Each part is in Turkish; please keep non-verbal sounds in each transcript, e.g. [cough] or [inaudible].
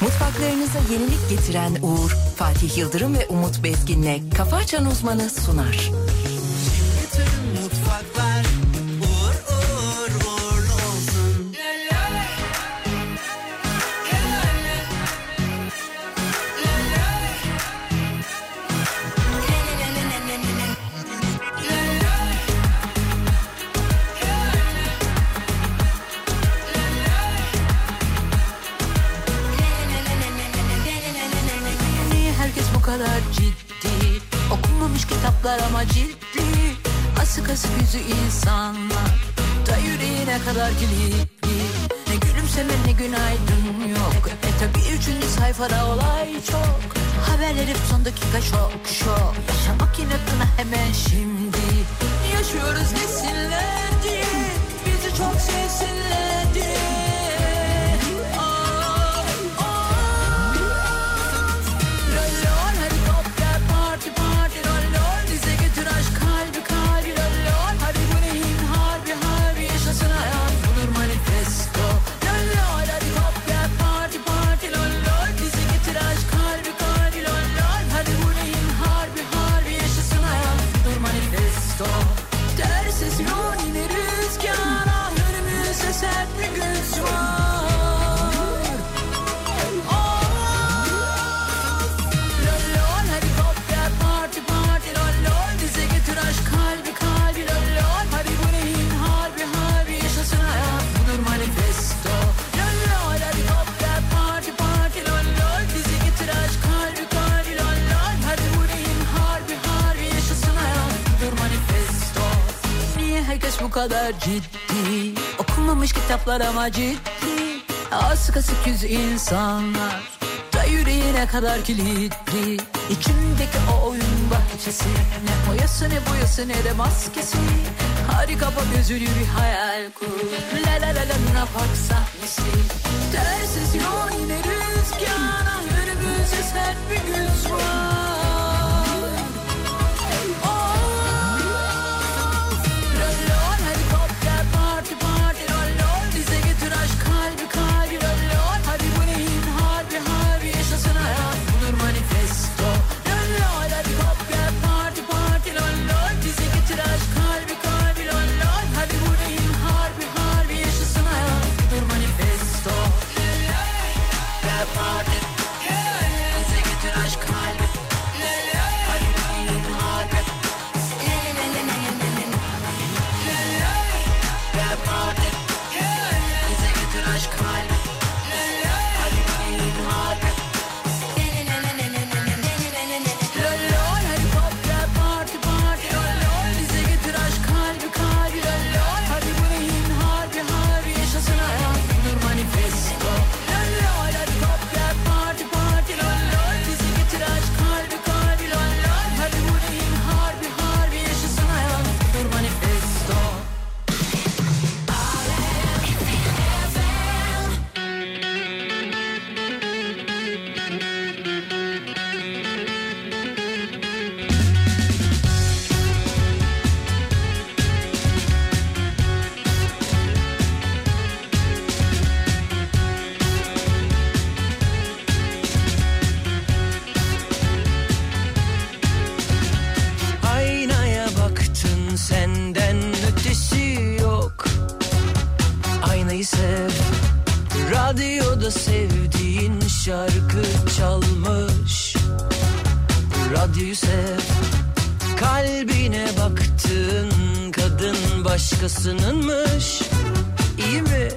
Kulaklarınıza yenilik getiren Uğur, Fatih Yıldırım ve Umut Bezgin'le Kafa Açan Uzmanı sunar. Niye herkes bu kadar ciddi Okunmamış kitaplar ama ciddi Asık asık yüzü insanlar Da yüreğine kadar kilitli Ne gülümseme ne günaydın yok E tabi üçüncü sayfada olay çok Haberler hep son dakika şok şok Yaşamak inatına hemen şimdi Yaşıyoruz gitsinler diye Bizi çok sevsinler diye Ah, ah. Lallor helikopter parti parti lallor Bize götür aşk kalbi kalbi lallor Hadi bu neyin harbi harbi yaşasın hayat Bulur manifesto Lallor helikopter parti parti lallor Bize götür aşk kalbi kalbi lallor Hadi bu neyin harbi harbi yaşasın hayat Bulur manifesto Dersiz yol yine rüzgar Ah önümüzde sert bir güç var Ah! Lol lol helikopter parti parti lol lol Bize getir aşk kalbi kalbi lol lol Hadi bu neyin harbi harbi yaşasın hayat budur manifesto Lol lol helikopter parti parti lol lol Bize getir aşk kalbi kalbi lol lol Hadi bu neyin harbi harbi yaşasın hayat budur manifesto Niye herkes bu kadar ciddi Okunmamış kitaplar ama ciddi Asık asık yüz insanlar da yüreğine kadar kilitli İçimdeki o oyun bahçesi Ne oyası ne boyası ne de maskesi Harika bu gözünü bir hayal kur La la la la Luna Park sahnesi Dersiz yol yine rüzgara Önümüzde sert bir güç var Oh, lol lol helikopter parti parti lol lol Bize getir aşk kalbi kalbi lol lol Hadi bu neyin harbi harbi yaşasın hayat bulur manifesto Lol lol helikopter parti parti lol lol Bize getir aşk kalbi kalbi lol lol Hadi bu neyin harbi harbi yaşasın hayat bulur manifesto Lol lol helikopter parti Bize getir aşk kalbi Lol lol Hadi bu neyin harbi Manifesto. Lol lol helikopter parti parti lol lol Bizi getir aşk kalbi kalbi lol lol Hadi bu neyin harbi harbi yaşasın hayat Dur manifesto Aynaya baktın senden ötesi yok Aynayı sev Radyoda sevdiğin şarkı çalmış Radyoyu sev Kalbine baktın kadın başkasınınmış İyi mi?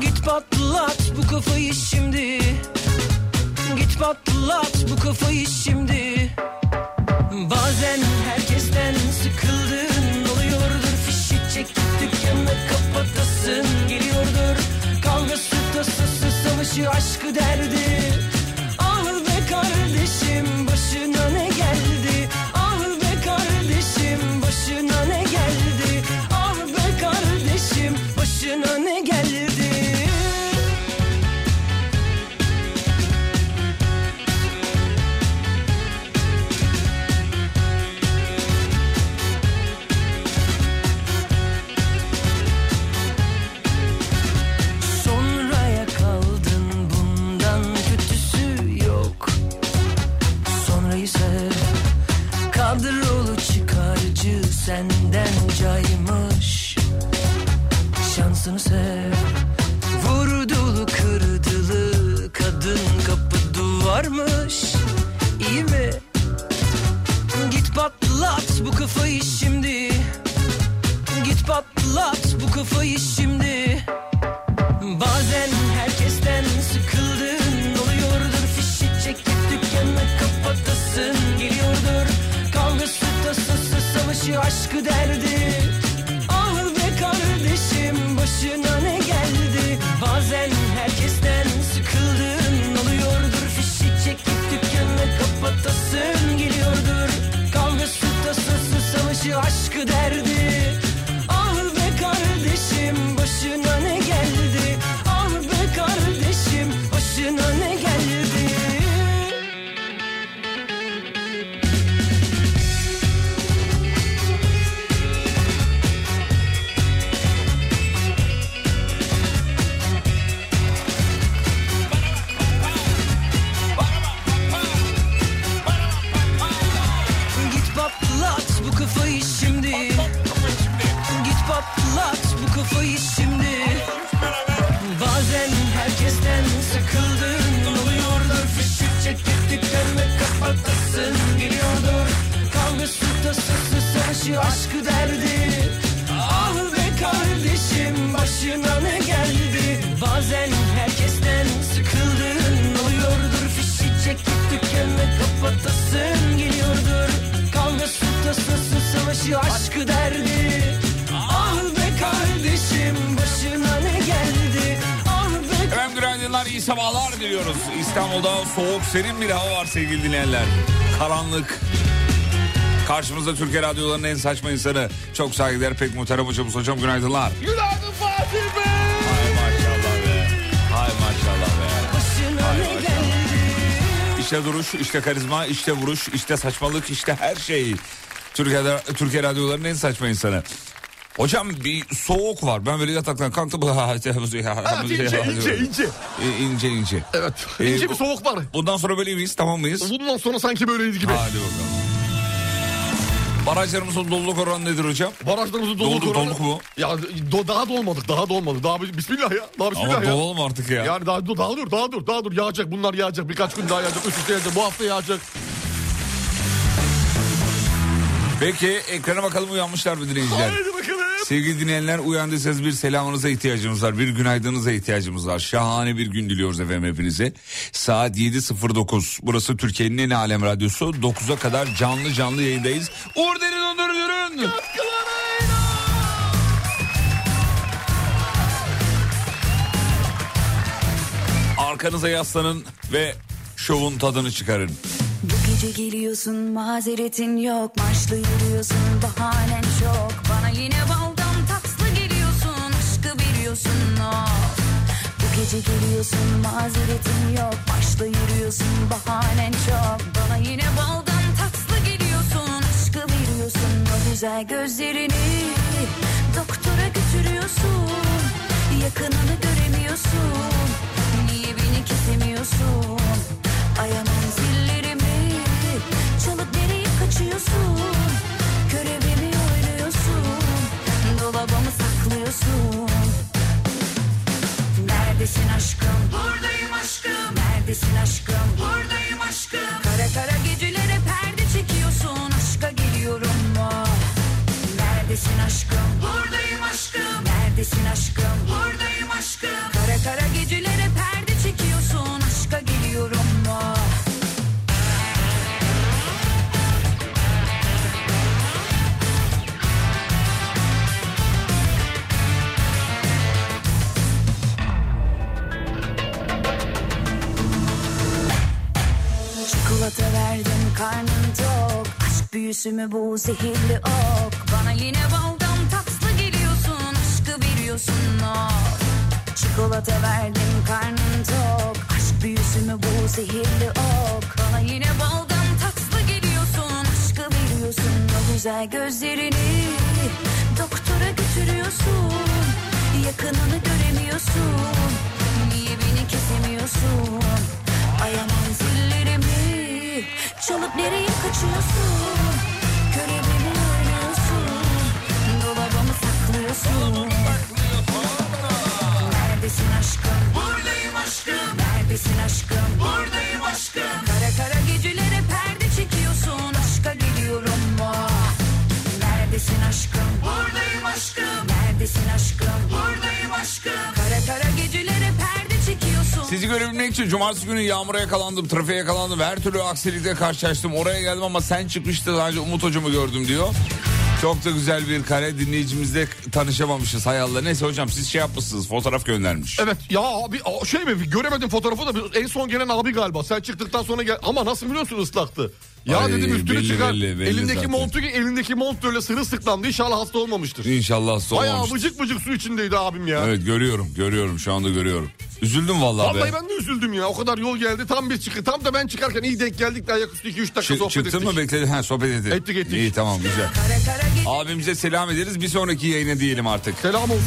Git patlat bu kafayı şimdi Git patlat bu kafayı şimdi Bazen herkesten sıkıldığın oluyordur Fişi çekip dükkanı kapatasın geliyordur Kavgası tasası savaşı aşkı derdi Ah be kardeşim başına ne geldi Ah be kardeşim başına ne geldi Ah be kardeşim başına ne geldi Sonraya kaldın bundan aşkı derdi Ah be kardeşim başına ne geldi Bazen herkesten sıkıldığın oluyordur Fişi çekip dükkanı kapatasın geliyordur Kavgası tasası savaşı aşkı derdi Ah be kardeşim başına ne geldi Ah be kardeşim başına ne geldi Git patlat bu kafayı şimdi Git patlat bu kafayı şimdi Bazen herkesten sıkıldın Oluyordur fişi çekip diklenme kapatasın Geliyordur kavgası tasası savaşı aşkı derdi Ah be kardeşim başına ne geldi Bazen herkesten sıkıldın Oluyordur fişi çekip dükkanı kapatasın geliyordur Kavgası tasası savaşı aşkı derdi Ah be kardeşim başına ne geldi Ah be Efendim günaydınlar, iyi sabahlar diliyoruz. İstanbul'da soğuk, serin bir hava var sevgili dinleyenler. Karanlık. Karşımızda Türkiye Radyoları'nın en saçma insanı. Çok saygıdeğer pek muhterem hocamız. Hocam günaydınlar. Günaydın Fatih Bey. Ay maşallah be. Ay maşallah be. başına ne geldi İşte duruş, işte karizma, işte vuruş, işte saçmalık, işte her şey. Türkiye'de, Türkiye Radyoları'nın en saçma insanı. Hocam bir soğuk var. Ben böyle yataktan kalktım. Evet, ince, ince, ince. E, ince ince. Evet, Ee, ince bu- bir soğuk var. Bundan sonra böyle miyiz tamam mıyız? Bundan sonra sanki böyleyiz gibi. Hadi bakalım. Barajlarımızın doluluk oranı nedir hocam? Barajlarımızı Dolduk, dolduk. dolduk mu? Ya do- daha dolmadık, daha dolmadık. Daha bir- bismillah ya. Daha bismillah Ama ya. dolalım artık ya. Yani daha, daha dur, daha dur, daha dur. Yağacak bunlar yağacak. Birkaç gün daha yağacak. Üst üste yağacak. Bu hafta yağacak. Peki ekrana bakalım uyanmışlar mı dinleyiciler? Haydi bakalım. Sevgili dinleyenler uyandıysanız bir selamınıza ihtiyacımız var. Bir günaydınıza ihtiyacımız var. Şahane bir gün diliyoruz efendim hepinize. Saat 7.09. Burası Türkiye'nin en alem radyosu. 9'a kadar canlı canlı yayındayız. Uğur Derin Onur Yürün. Arkanıza yaslanın ve şovun tadını çıkarın. Bu gece geliyorsun mazeretin yok Marşlı yürüyorsun bahanen çok Bana yine baldan tatlı geliyorsun Aşkı veriyorsun of Bu gece geliyorsun mazeretin yok Marşlı yürüyorsun bahanen çok Bana yine baldan tatlı geliyorsun Aşkı veriyorsun o güzel gözlerini Doktora götürüyorsun Yakınını göremiyorsun Niye beni kesemiyorsun Ayamam zillerimi Çalıp nereye kaçıyorsun Görevimi oynuyorsun Dolabımı saklıyorsun Neredesin aşkım Buradayım aşkım Neredesin aşkım Buradayım aşkım Kara kara gecelere perde çekiyorsun Aşka geliyorum ah Neredesin aşkım Buradayım aşkım Neredesin aşkım Buradayım aşkım Kara kara gecelere perde çekiyorsun Aşka geliyorum ah Çikolata verdim karnım tok Aşk büyüsü mü bu zehirli ok Bana yine baldan tatlı geliyorsun Aşkı veriyorsun ok Çikolata verdim karnım tok Aşk büyüsü mü bu zehirli ok Bana yine baldan tatlı geliyorsun Aşkı veriyorsun o güzel gözlerini Doktora götürüyorsun Yakınını göremiyorsun Niye beni kesemiyorsun Ayağımın zillerimi Çalıp nereye kaçıyorsun Görevimi oynuyorsun Dolabımı saklıyorsun Neredesin aşkım? Buradayım aşkım. Neredesin aşkım? Buradayım aşkım. Kara kara gecelere perde çekiyorsun. Aşka geliyorum ah. Neredesin aşkım? Buradayım aşkım. Neredesin aşkım? Buradayım aşkım. Kara kara gecelere perde çekiyorsun. Sizi görebilmek için cumartesi günü yağmura yakalandım, trafiğe yakalandım ve her türlü aksilikle karşılaştım. Oraya geldim ama sen çıkmıştı daha önce Umut hocamı gördüm diyor. Çok da güzel bir kare dinleyicimizle tanışamamışız hay Allah. Neyse hocam siz şey yapmışsınız fotoğraf göndermiş. Evet ya abi a- şey mi göremedim fotoğrafı da bir- en son gelen abi galiba. Sen çıktıktan sonra gel ama nasıl biliyorsun ıslaktı. Ya Ay, dedim üstüne belli, çıkar. belli, belli elindeki zaten. montu elindeki mont böyle sırılsıklandı. İnşallah hasta olmamıştır. İnşallah Bayağı soğumamıştır. vıcık vıcık su içindeydi abim ya. Evet görüyorum görüyorum şu anda görüyorum. Üzüldüm vallahi, Vallahi be. ben de üzüldüm ya. O kadar yol geldi. Tam bir çıkı. Tam da ben çıkarken iyi denk geldik de ayaküstü 2-3 dakika Çı- sohbet çıktın ettik. mı bekledin? Ha sohbet ettik. Ettik, ettik. İyi tamam güzel. Abimize selam ederiz bir sonraki yayına diyelim artık. Selam olsun.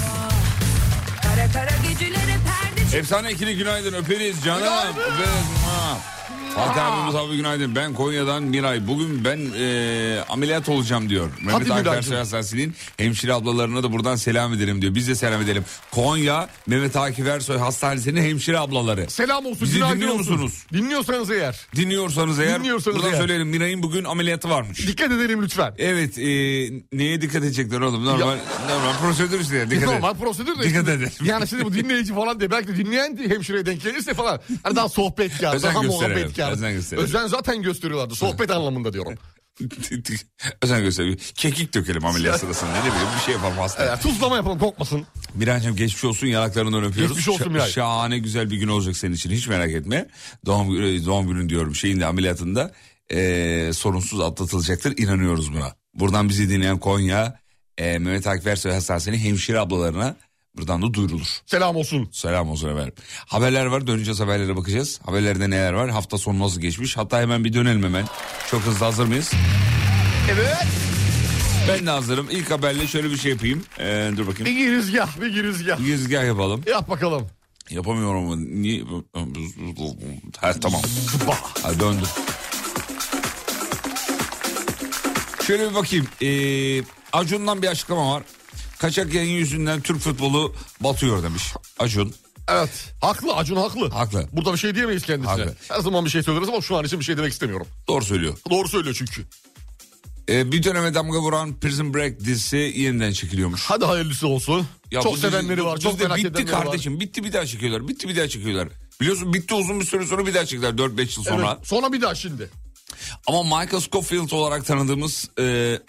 Kara kara gecelere perde çekiyorsun Efsane ikili günaydın öperiz canım. Günaydın. Öperiz. Ha. Fatih abimiz abi günaydın. Ben Konya'dan Miray. Bugün ben e, ameliyat olacağım diyor. Mehmet Miraycığım. Akar Hastanesi'nin hemşire ablalarına da buradan selam edelim diyor. Biz de selam edelim. Konya Mehmet Akif Ersoy Hastanesi'nin hemşire ablaları. Selam olsun. Bizi günaydın dinliyor olsun. musunuz? Dinliyorsanız eğer. Dinliyorsanız eğer Dinliyorsanız buradan eğer. söyleyelim. Miray'ın bugün ameliyatı varmış. Dikkat edelim lütfen. Evet e, neye dikkat edecekler oğlum normal normal prosedür işte dikkat edin. [laughs] Normal prosedür de. Dikkat şimdi- edelim. Yani şimdi bu dinleyici falan diye belki de dinleyen hemşireye denk gelirse falan. Hani daha sohbetkar, Özen daha gösterelim, muhabbetkar. özen gösterelim. Özen zaten gösteriyorlardı. Sohbet anlamında diyorum. [laughs] Özen gösteriyor. Kekik [laughs] dökelim ameliyat sırasında ne bileyim bir şey yapalım hastaya. Evet, tuzlama yapalım korkmasın. Mirancığım geçmiş olsun yanaklarından öpüyoruz. Geçmiş olsun Şa- Miray. Şahane güzel bir gün olacak senin için hiç merak etme. Doğum, günü- doğum günün diyorum şeyinde ameliyatında eee, e, sorunsuz atlatılacaktır inanıyoruz buna. Buradan bizi dinleyen Konya eee, Mehmet Akif Ersoy Hastanesi'nin hemşire ablalarına buradan da duyurulur. Selam olsun. Selam olsun efendim. Haberler var döneceğiz haberlere bakacağız. Haberlerde neler var hafta sonu nasıl geçmiş hatta hemen bir dönelim hemen. Çok hızlı hazır mıyız? Evet. Ben de hazırım. İlk haberle şöyle bir şey yapayım. Ee, Bir dur bakayım. girizgah, bir girizgah. Girizgah yapalım. Yap bakalım. Yapamıyorum. Niye? Ha, tamam. Ha, döndü. Şöyle bir bakayım. Ee, Acun'dan bir açıklama var. Kaçak yayın yüzünden Türk futbolu batıyor demiş. Acun. Evet. Haklı Acun haklı. Haklı. Burada bir şey diyemeyiz kendisine. Haklı. Her zaman bir şey söyleriz ama şu an için bir şey demek istemiyorum. Doğru söylüyor. Doğru söylüyor çünkü. Ee, bir döneme damga vuran Prison Break dizisi yeniden çekiliyormuş. Hadi hayırlısı olsun. Ya bu çok dizi- sevenleri var, bu çok dizi merak Bitti edenleri var. kardeşim, bitti bir daha çekiyorlar, bitti bir daha çekiyorlar. Biliyorsun bitti uzun bir süre sonra bir daha çektiler 4-5 yıl sonra. Evet, sonra bir daha şimdi. Ama Michael Scofield olarak tanıdığımız e,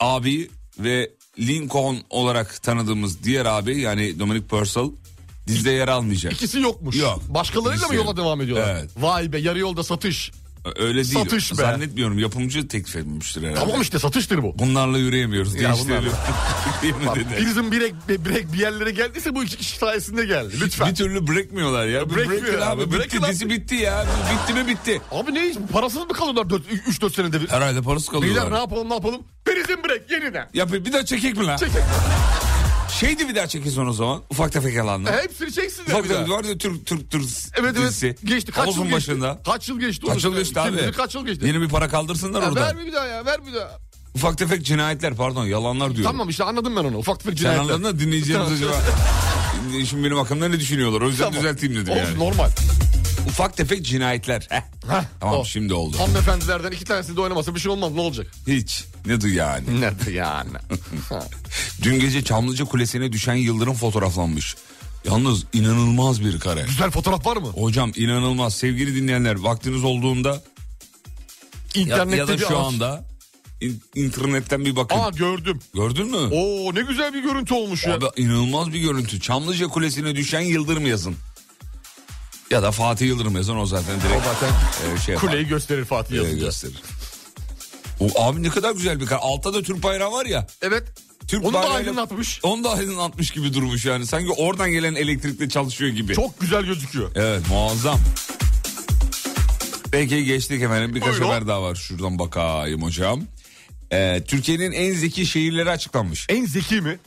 abi ve Lincoln olarak tanıdığımız diğer abi yani Dominic Purcell dizide yer almayacak. İkisi yokmuş. Yok. Başkalarıyla mı İkisi yola yok. devam ediyorlar? Evet. Vay be yarı yolda satış. Öyle değil. Satış be. Zannetmiyorum yapımcı teklif etmiştir herhalde. Tamam işte satıştır bu. Bunlarla yürüyemiyoruz. Ya Değiştirelim. [laughs] Yemin Bak, ederim. Birisinin bir, ek- bir, bir yerlere geldiyse bu iki kişi sayesinde geldi. Lütfen. Bir türlü bırakmıyorlar ya. Bir Bırakmıyor Bırakın abi, abi. Bitti, bırakın abi. dizi bitti ya. Bitti mi bitti. Abi ne iş? Parasız mı kalıyorlar 3-4 senede bir? Herhalde parası Beyler kalıyorlar. ne yapalım ne yapalım? Prison break yeniden. Ya bir bir daha çekek mi lan? Çekin. Şeydi bir daha çekilsin o zaman. Ufak tefek yalanlar. Hepsini çeksinler Ufak bir daha. tefek var ya Türk Türk Türk Evet evet dizisi. geçti. Kaç yıl Havuzun geçti? başında. Kaç yıl geçti? Kaç yıl Oğlum, geçti kim bilir abi? Kaç yıl geçti? Yeni bir para kaldırsınlar Ya oradan. ver bir daha ya ver bir daha. Ufak tefek cinayetler pardon yalanlar diyorum. Tamam işte anladım ben onu. Ufak tefek Sen cinayetler. anladın da dinleyicilerimiz Tamam. acaba. Şimdi benim hakkımda ne düşünüyorlar? O yüzden Tamam. düzelteyim dedim Olsun yani. normal. Ufak tefek cinayetler. Heh. Heh, Tamam o. şimdi oldu. Hanımefendilerden iki tanesi de oynamasa bir şey olmaz ne olacak? Hiç. Ne du yani. Nedir yani? Dün gece Çamlıca Kulesi'ne düşen yıldırım fotoğraflanmış. Yalnız inanılmaz bir kare. Güzel fotoğraf var mı? Hocam inanılmaz. Sevgili dinleyenler vaktiniz olduğunda ya, İnternette ya da bir şu araç. anda in- internetten bir bakın. Aa gördüm. Gördün mü? Oo ne güzel bir görüntü olmuş ya. Abi inanılmaz bir görüntü. Çamlıca Kulesi'ne düşen Yıldırım yazın. Ya da Fatih Yıldırım yazın o zaten direkt. O zaten e, şey yapar, Kuleyi gösterir Fatih e, yazınca. gösterir. O, abi ne kadar güzel bir kar. Altta da Türk bayrağı var ya. Evet. Türk Onu da bayrağıyla- aydınlatmış. Onu da aydınlatmış gibi durmuş yani. Sanki oradan gelen elektrikle çalışıyor gibi. Çok güzel gözüküyor. Evet muazzam. Peki geçtik efendim birkaç Buyurun. haber daha var şuradan bakayım hocam. Ee, Türkiye'nin en zeki şehirleri açıklanmış. [laughs] En zeki mi?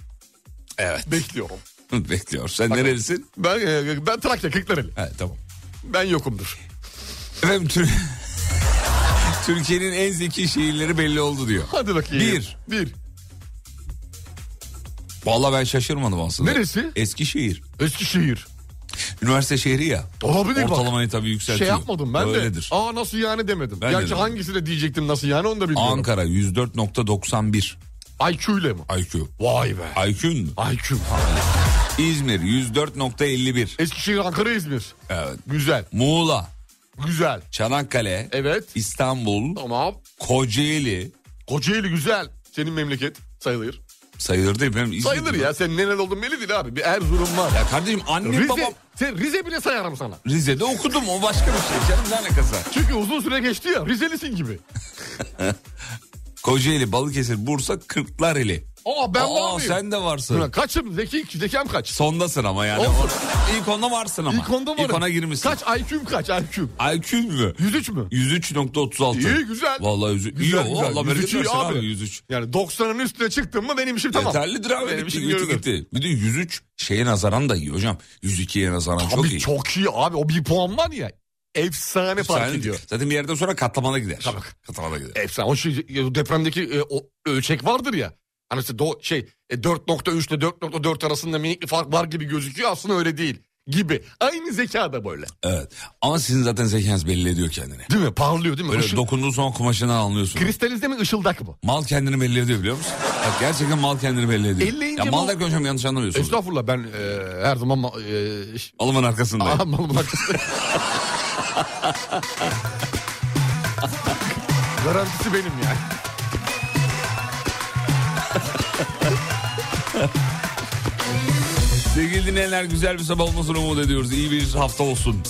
Evet. Bekliyorum. Bekliyor. Sen nerelisin? Ben e, ben Trakya Kırklareli. Evet tamam. Ben yokumdur. Efendim Tür- [laughs] Türkiye'nin en zeki şehirleri belli oldu diyor. Hadi bakayım. Bir. Bir. Vallahi ben şaşırmadım aslında. Neresi? Eskişehir. Eskişehir. Üniversite şehri ya. Olabilir bak. Ortalamayı tabii yükseltiyor. Şey yapmadım ben Öyledir. de. Aa nasıl yani demedim. Ben de Gerçi demedim. hangisine diyecektim nasıl yani onu da bilmiyorum. Ankara 104.91 IQ ile mi? IQ. Vay be. IQ'un mu? IQ. İzmir 104.51. Eskişehir, Ankara, İzmir. Evet. Güzel. Muğla, Güzel. Çanakkale, Evet. İstanbul, Tamam. Kocaeli, Kocaeli güzel. Senin memleket. Sayılır. Sayılır değil mi? Benim İzmir'im Sayılır var. ya sen neler oldun belli değil abi. Bir Erzurum var. Ya kardeşim annem Rize, babam sen Rize bile sayarım sana. Rize'de okudum o başka bir şey canım ne alakası var? Çünkü uzun süre geçti ya Rizelisin gibi. Kocaeli, Balıkesir, Bursa, Kırklareli. Aa ben var Aa mıyım? sen de varsın. Ulan Kaçım zeki, zekem kaç? Sondasın ama yani. Olsun. O- İlk onda varsın ama. İlk onda varım. İlk ona girmişsin. Kaç IQ'm kaç IQ'm? IQ mü? 103 mü? 103.36. İyi, güzel. Vallahi yüzü... iyi Güzel, o, güzel. Allah 103 bereket iyi versin abi. abi. 103. Yani 90'ın üstüne çıktım mı benim işim tamam. Yeterlidir abi. Benim bitti, işim bitti, görülür. gitti. Bir de 103 şeye nazaran da iyi hocam. 102'ye nazaran Abi çok çok iyi. iyi. abi o bir puan var ya efsane fark Sen- ediyor. Zaten bir yerden sonra katlamana gider. Tabii. Katlamana gider. Efsane o şey, ya depremdeki e, o ölçek vardır ya. Hani işte do, şey e, 4.3 ile 4.4 arasında minik bir fark var gibi gözüküyor aslında öyle değil gibi. Aynı zeka da böyle. Evet. Ama sizin zaten zekanız belli ediyor kendini. Değil mi? Parlıyor değil mi? Böyle Işıl- dokunduğu son kumaşını anlıyorsun. kristalize mi ışıldak mı? Mal kendini belli ediyor biliyor musun? Bak gerçekten mal kendini belli ediyor. Elleyince ya mal mal- derken hocam yanlış anlamıyorsunuz. Estağfurullah ben e, her zaman ma- e, ş- Alımın arkasındayım. Aha, mal bunlar kısmı. Garantisi benim ya. Sevgili dinleyenler güzel bir sabah olmasını umut ediyoruz. İyi bir hafta olsun.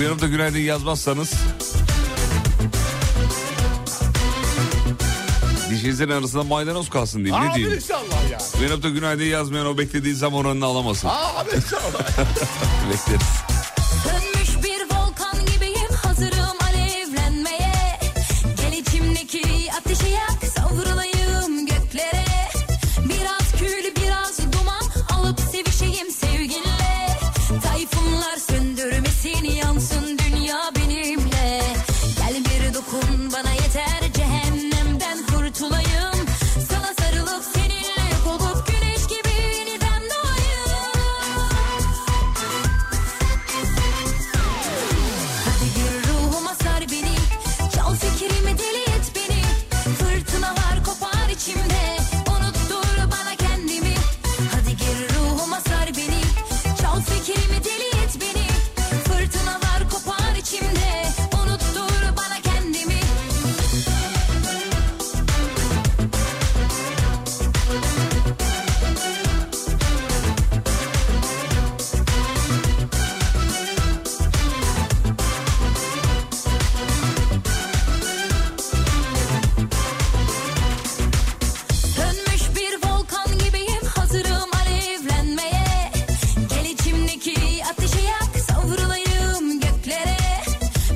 Uyanıp da günaydın yazmazsanız... Dişinizin şey arasında maydanoz kalsın diyeyim. Ne Abi diyeyim? inşallah ya. Uyanıp da günaydın yazmayan o beklediği zam oranını alamasın. Abi inşallah. Bekleriz. Sönmüş bir volkan gibiyim hazırım alevlenmeye Gel içimdeki ateşi yak savrulayım göklere Biraz kül biraz duman alıp sevişeyim sevginle Tayfunlar söndürmesin yansın dünya benimle Gel bir dokun bana yeter cehennemden kurtulayım Sana sarılıp seninle yok olup güneş gibi yeniden doğayım Hadi gir ruhuma sar beni Çal fikrimi deli et beni Fırtınalar kopar içimde Unuttur bana kendimi Hadi gir ruhuma sar beni Çal fikrimi deli et beni Fırtınalar kopar içimde Unuttur bana kendimi Sönmüş bir volkan gibiyim hazırım alevlenmeye Gel içimdeki ateşi yak savrulayım göklere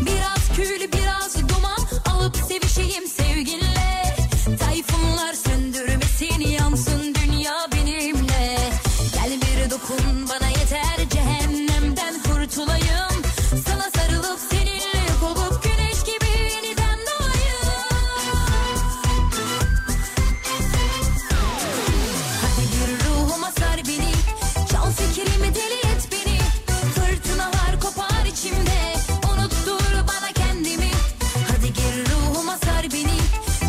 Biraz kül biraz duman alıp sevişeyim sevginle Tayfunlar söndürmesin yansın dünya benimle Gel bir dokun bana yeter cehennemden kurtulayım Sana sarılıp seninle yok olup güneş gibi yeniden doğayım Hadi gir ruhuma sar beni Çal fikrimi deli et beni Fırtınalar kopar içimde Unuttur bana kendimi Hadi gir ruhuma sar beni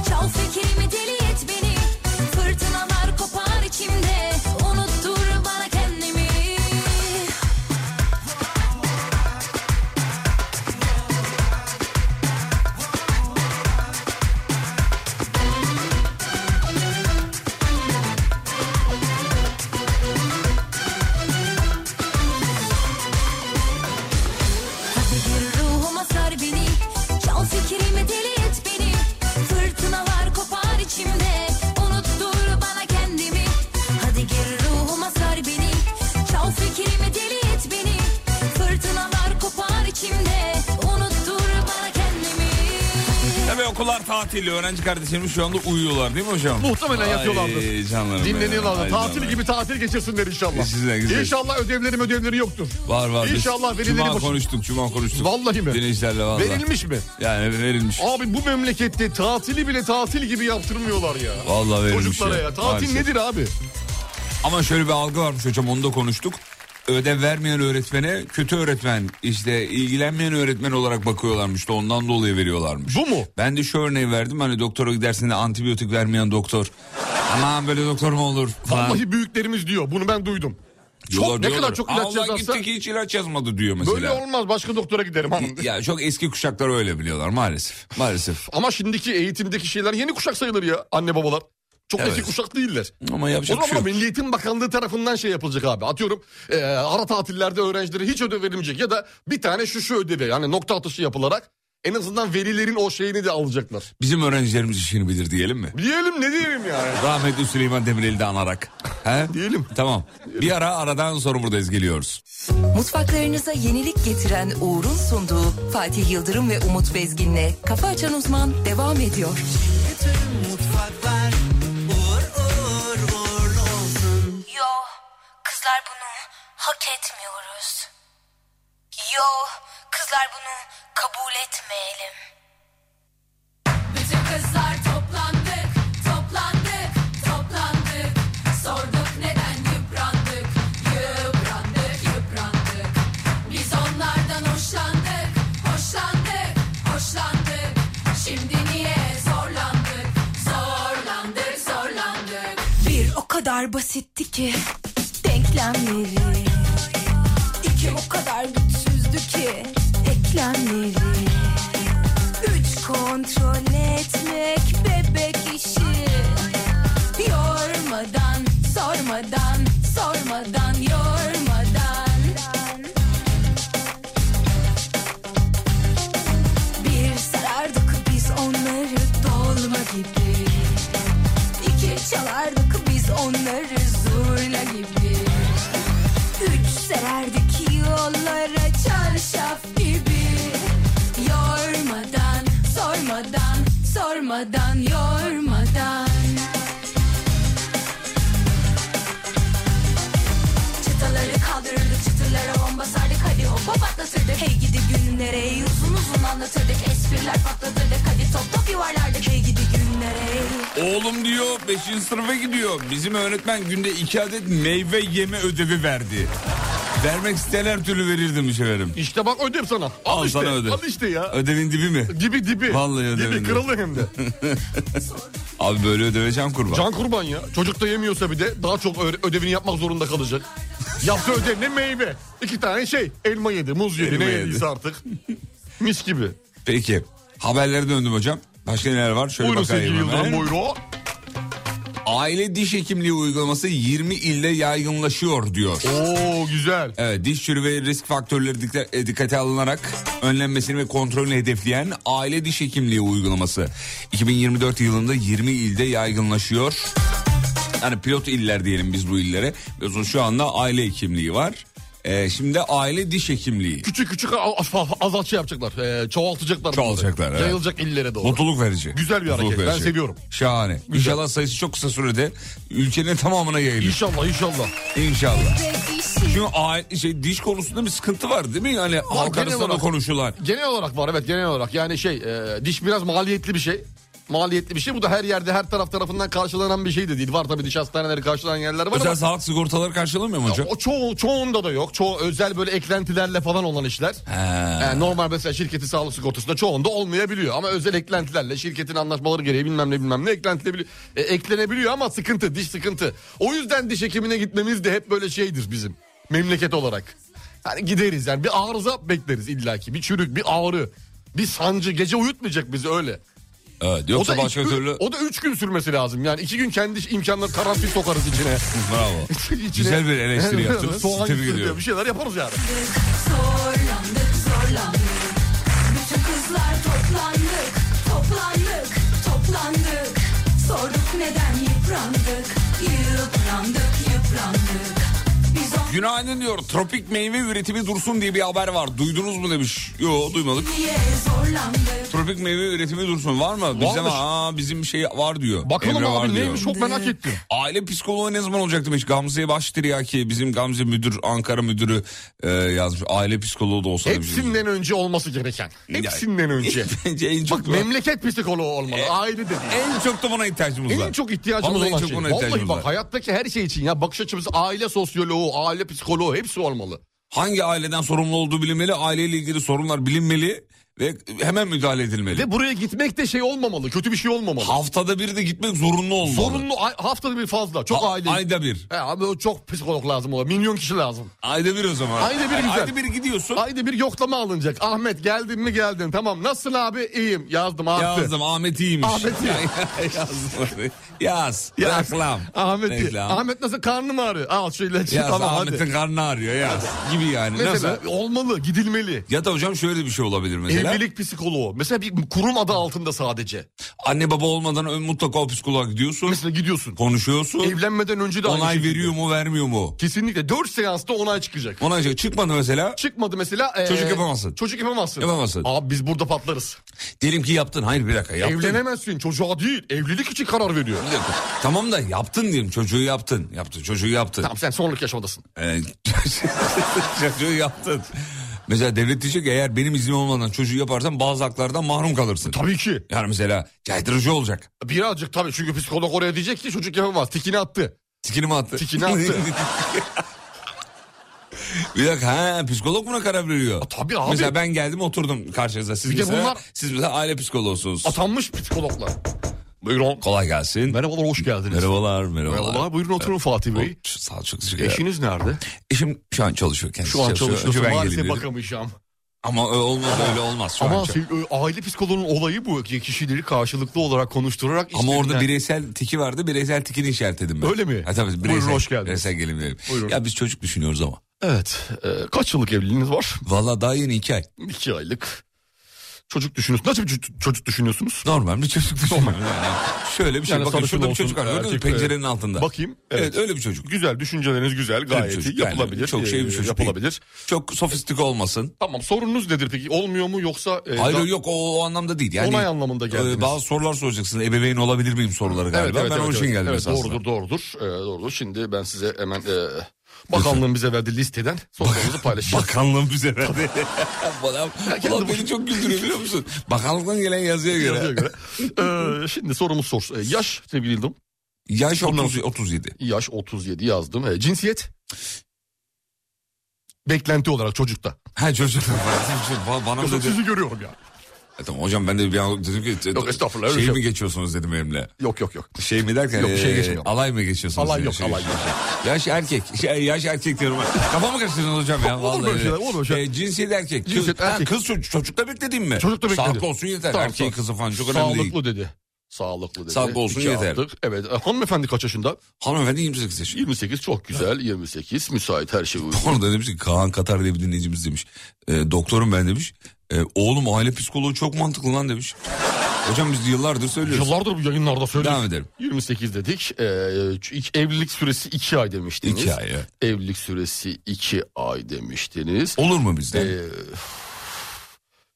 Çal fikrimi deli et beni Fırtınalar kopar içimde Unuttur bana kendimi Hadi gir ruhuma sar beni Çal fikrimi deli et beni Fırtınalar kopar içimde Unuttur bana kendimi Hadi gir ruhuma sar beni Çal fikrimi deli et beni Fırtınalar kopar içimde Unuttur bana kendimi Tabii okullar tatil. Öğrenci kardeşlerimiz şu anda uyuyorlar değil mi hocam? Muhtemelen yatıyorlardır. Ay canlarım Dinleniyorlar. benim, ay Tatil canlarım. gibi tatil geçirsinler inşallah. E, Siz de güzel. İnşallah ödevlerim ödevleri yoktur. Var var. biz İnşallah Cuma verileri boş. konuştuk, cuma konuştuk. Vallahi mi? Dinleyicilerle vallahi. Verilmiş mi? Yani verilmiş. Abi bu memlekette tatili bile tatil gibi yaptırmıyorlar ya. Vallahi verilmiş Çocuklara ya. Tatil Maalesef. nedir abi? Ama şöyle bir algı varmış hocam onu da konuştuk. Ödev vermeyen öğretmene kötü öğretmen işte ilgilenmeyen öğretmen olarak bakıyorlarmış da ondan dolayı veriyorlarmış. Bu mu? Ben de şu örneği verdim hani doktora gidersin de antibiyotik vermeyen doktor. Aman böyle doktor mu olur falan. Vallahi büyüklerimiz diyor. Bunu ben duydum. Diyorlar, çok, ne diyorlar. kadar çok ilaç Allah yazarsa gitti ki hiç ilaç yazmadı diyor mesela. böyle olmaz. Başka doktora giderim hanım. Ya çok eski kuşaklar öyle biliyorlar maalesef. Maalesef. Ama şimdiki eğitimdeki şeyler yeni kuşak sayılır ya anne babalar. Çok Evet. eski kuşak değiller. Ama yapacak o bir şey zaman yok. Milli Eğitim Bakanlığı tarafından şey yapılacak abi. Atıyorum e, ara tatillerde öğrencilere hiç ödev verilmeyecek ya da bir tane şu şu ödevi yani nokta atışı yapılarak en azından velilerin o şeyini de alacaklar. Bizim öğrencilerimiz işini bilir diyelim mi? Diyelim ne diyelim yani. Rahmetli Süleyman Demirel'i de anarak. He? Diyelim. Tamam. Bir ara aradan sonra buradayız geliyoruz. Mutfaklarınıza yenilik getiren Uğur'un sunduğu Fatih Yıldırım ve Umut Bezgin'le Kafa Açan Uzman devam ediyor. Yo, kızlar bunu hak etmiyoruz. Yo, kızlar bunu kabul etmeyelim. Bütün kızlar toplandık, toplandık, toplandık. Sorduk neden yıprandık, yıprandık, yıprandık. Biz onlardan hoşlandık, hoşlandık, hoşlandık. Şimdi niye zorlandık, zorlandık, zorlandık. Bir o kadar basitti ki denklemleri İki o kadar güçsüzdü ki eklemleri Üç kontrol etmek bebek işi Yormadan, sormadan, sormadan, yormadan Bir sarardık biz onları dolma gibi İki çalardık biz onları zurna gibi Üç sererdik yollara çarşaf gibi Yormadan, sormadan, sormadan, yormadan Çıtaları kaldırırdık çıtırlara bomba sardık hadi hoppa patlatırdık Hey gidi günlere ey uzun uzun anlatırdık espriler patlatırdık hadi top top yuvarlardık Hey gidi günlere ey Oğlum diyor 5. sınıfa gidiyor. Bizim öğretmen günde 2 adet meyve yeme ödevi verdi. Vermek isteyenler türlü verirdim efendim. İşte bak ödev sana. Al, Al işte. sana ödev. Al işte ya. Ödevin dibi mi? Dibi dibi. Vallahi ödevin Dibi kralı hem de. Abi böyle ödeveceğim kurban. Can kurban ya. Çocuk da yemiyorsa bir de daha çok ö- ödevini yapmak zorunda kalacak. Yaptığı ödev ne meyve. İki tane şey. Elma yedi, muz yedi. Elma ne yedi. yediyse artık. Mis gibi. Peki. Haberlere döndüm hocam. Başka neler var? Şöyle Buyurun bakayım sevgili hemen. Yıldırım buyurun. Aile diş hekimliği uygulaması 20 ilde yaygınlaşıyor diyor. Oo güzel. Evet, diş çürü ve risk faktörleri dikte- e, dikkate alınarak önlenmesini ve kontrolünü hedefleyen aile diş hekimliği uygulaması 2024 yılında 20 ilde yaygınlaşıyor. Yani pilot iller diyelim biz bu illere. Biliyorsunuz şu anda aile hekimliği var. E, şimdi de aile diş hekimliği. Küçük küçük a- a- azaltı yapacaklar. Ee, çoğaltacaklar. Çoğaltacaklar, evet. Yayılacak illere doğru. Mutluluk verici. Güzel bir hareket, ben seviyorum. Şahane. Güzel. İnşallah sayısı çok kısa sürede ülkenin tamamına yayılır. İnşallah inşallah. İnşallah. Bebek işi. Çünkü aile, şey, diş konusunda bir sıkıntı var değil mi? Yani halk genel arasında da olarak. konuşulan. Genel olarak var evet genel olarak. Yani şey e, diş biraz maliyetli bir şey. Maliyetli bir şey. Bu da her yerde her taraf tarafından karşılanan bir şey de değil. Var tabii diş hastaneleri karşılanan yerler var Özel ama sağlık sigortaları karşılamıyor mu hocam? o çoğu çoğunda da yok. Çoğu özel böyle eklentilerle falan olan işler. He. E, normal mesela şirketin sağlık sigortasında çoğunda olmayabiliyor ama özel eklentilerle şirketin anlaşmaları gereği bilmem ne bilmem ne eklentilebiliyor, e, eklenebiliyor ama sıkıntı diş sıkıntı. O yüzden diş hekimine gitmemiz de hep böyle şeydir bizim memleket olarak. Hani gideriz yani bir arıza bekleriz illaki bir çürük bir ağrı bir sancı gece uyutmayacak bizi öyle. Evet, yoksa o da başka üç, gün- türlü... O da üç gün sürmesi lazım yani iki gün kendi imkanları karanfil sokarız içine. Bravo. İçine- Güzel bir [laughs] eleştiri yaptınız. Soğan Tebrik yüzüyor ediyorum. bir şeyler yaparız yani. Zorlandık, zorlandık. Bütün kızlar toplandık, toplandık, toplandık. Sorduk neden yıprandık, yıprandık, yıprandık. Biz on Günaydın diyor. Tropik meyve üretimi dursun diye bir haber var. Duydunuz mu demiş. Yo duymadık. niye zorlandık? Tropik meyve üretimi dursun var mı? Bizde Varmış. ama aa, bizim bir şey var diyor. Bakalım Emre var abi diyor. neymiş çok merak ettim. Aile psikoloğu ne zaman olacak demiş. Gamze Baştiryaki bizim Gamze müdür Ankara müdürü e, yazmış. Aile psikoloğu da olsa demiş. Hepsinden önce olması gereken. Hepsinden önce. [laughs] Bence en [laughs] çok Bak memleket psikoloğu olmalı. Aile de değil. en çok da buna ihtiyacımız var. En çok ihtiyacımız Vallahi en olan çok şey. buna Vallahi ihtiyacımız var. bak hayattaki her şey için ya bakış açımız aile sosyoloğu, aile psikoloğu hepsi olmalı. Hangi aileden sorumlu olduğu bilinmeli, aileyle ilgili sorunlar bilinmeli ve hemen müdahale edilmeli. Ve buraya gitmek de şey olmamalı. Kötü bir şey olmamalı. Haftada bir de gitmek zorunlu olmalı. Zorunlu ay- haftada bir fazla. Çok Ha- aile. Ayda bir. He abi o çok psikolog lazım ona. Milyon kişi lazım. Ayda bir o zaman. Ayda bir güzel. Ayda bir gidiyorsun. Ayda bir yoklama alınacak. Ahmet geldin mi geldin. Tamam nasılsın abi? İyiyim. Yazdım arttı. Yazdım Ahmet iyiymiş. Ahmet Yazdım. [laughs] Yaz. Yaz. Reklam. Ahmet iyi. Reklam. Ahmet nasıl karnım ağrıyor? Al şu ilacı Yaz tamam hadi. Ahmet'in karnı ağrıyor yaz. Gibi yani. Mesela Nasıl? olmalı gidilmeli. Ya da hocam şöyle bir şey olabilir mesela. Evlilik psikoloğu. Mesela bir kurum adı altında sadece. Anne baba olmadan ön- mutlaka o psikoloğa gidiyorsun. Mesela gidiyorsun. Konuşuyorsun. Evlenmeden önce de aynı Onay şekilde. veriyor mu vermiyor mu? Kesinlikle. 4 seansta onay çıkacak. Onay şey- çıkmadı mesela. Çıkmadı mesela. ee, Çocuk yapamazsın. Çocuk yapamazsın. Yapamazsın. Abi biz burada patlarız. Diyelim ki yaptın. Hayır bir dakika yaptın. Evlenemezsin. Çocuğa değil. Evlilik için karar veriyor. Bir dakika. Tamam da yaptın diyelim. Çocuğu yaptın. Yaptın. Çocuğu yaptın. Tamam sen sonraki aşamadasın. Ee, [laughs] çocuğu yaptın. Mesela devlet diyecek ki, eğer benim iznim olmadan çocuğu yaparsan bazı haklardan mahrum kalırsın. Tabii ki. Yani mesela caydırıcı olacak. Birazcık tabii çünkü psikolog oraya diyecek ki çocuk yapamaz. Tikini attı. Tikini mi attı? Tikini attı. [laughs] bir dakika ha, psikolog buna karar veriyor. A, tabii abi. Mesela ben geldim oturdum karşınıza. Siz Bir de mesela, bunlar- siz mesela aile psikoloğusunuz. Atanmış psikologlar. Buyurun. Kolay gelsin. Merhabalar hoş geldiniz. Merhabalar, merhabalar. Merhabalar buyurun oturun Fatih Bey. Çok- Sağ ol, çok teşekkür ederim. Eşiniz nerede? Eşim şu an çalışıyor kendisi. Şu an çalışıyor. çalışıyorsun Önce ben maalesef geleyim dedim. bakamayacağım. Ama ö- olmaz öyle olmaz. Şu an Ama çok- sev- aile psikoloğunun olayı bu. ki Kişileri karşılıklı olarak konuşturarak Ama orada işlerinden- bireysel tiki vardı. Bireysel tikini işaret edin ben. Öyle mi? Ha, tabii Buyurun, bireysel, hoş geldiniz. Bireysel gelin dedim. Buyurun. Ya biz çocuk düşünüyoruz ama. Evet. e, kaç yıllık evliliğiniz var? Valla daha yeni iki ay. İki aylık. Çocuk düşünüyorsunuz. Nasıl bir ço- çocuk düşünüyorsunuz? Normal bir çocuk düşünüyoruz. Yani [laughs] şöyle bir şey. Yani Bakın sarışın şurada bir olsun, çocuk var. Gördünüz mü? erkek, evet. Pencerenin altında. Bakayım. Evet. Evet. öyle bir çocuk. Güzel düşünceleriniz güzel gayet çocuk iyi yani. yapılabilir. Çok şey bir Ee, çocuk Yapılabilir. Çok sofistik olmasın. Tamam sorununuz nedir peki? Olmuyor mu yoksa? e, Hayır da- yok o, o anlamda değil. Yani, Onay anlamında geldiniz. e, Bazı sorular soracaksın. Ebeveyn olabilir miyim soruları Evet, galiba. evet, ben evet, onun için evet. geldim Evet, esasında. Doğrudur doğrudur. Ee, doğrudur. Şimdi ben size hemen e, bakanlığın bize verdiği listeden sorularınızı paylaşacağım. Bakanlığın bize [laughs] verdi. Ulan, kendi ulan beni başına- çok güldürüyor biliyor musun? Bakanlıktan gelen yazıya göre. Yazıya göre. [laughs] Ee, şimdi sorumuz sor. Ee, yaş sevgili Yıldırım. Yaş 30, 37. Yaş 37 yazdım. Ee, cinsiyet? Beklenti olarak çocukta. Ha çocuk. [laughs] Ba- Bana mı Yoksa dedi? sizi görüyorum ya. E, tamam hocam ben de bir an dedim ki. Yok, estağfurullah, öyle Şey şey mi yok. geçiyorsunuz dedim benimle. Yok yok yok. Şey mi derken? Yok, e, şey geçmiyor. Alay mı geçiyorsunuz? Alay Yani, yok, şey- alay yok. Yaş erkek. [laughs] Şey, yaş erkek diyorum. Kafamı karıştırdınız hocam ya. Olur böyle vallahi. şeyler, olur böyle şeyler. E, cinsiyet erkek. Kız, Cinsiyet ha, erkek. kız çocuk, çocukla beklediğim mi? Çocukta bekledi. Sağlıklı olsun yeter. Tamam, Erkeği tamam. kızı falan çok önemli değil. Sağlıklı dedi. Sağlıklı dedi. Sağlıklı olsun İki yeter. attık. Evet. e, Hanımefendi kaç yaşında? Hanımefendi 28 yaşında. 28 çok güzel. 28 müsait her şey uygun. Sonra da demiş ki Kaan Katar diye bir dinleyicimiz demiş. E, doktorum ben demiş. E, oğlum aile psikoloğu çok mantıklı lan demiş. Hocam biz yıllardır söylüyoruz. Yıllardır bu yayınlarda söylüyoruz. Devam edelim. 28 dedik. Ee, ilk evlilik süresi 2 ay demiştiniz. İki ay, evet. Evlilik süresi 2 ay demiştiniz. Olur mu bizden? Ee,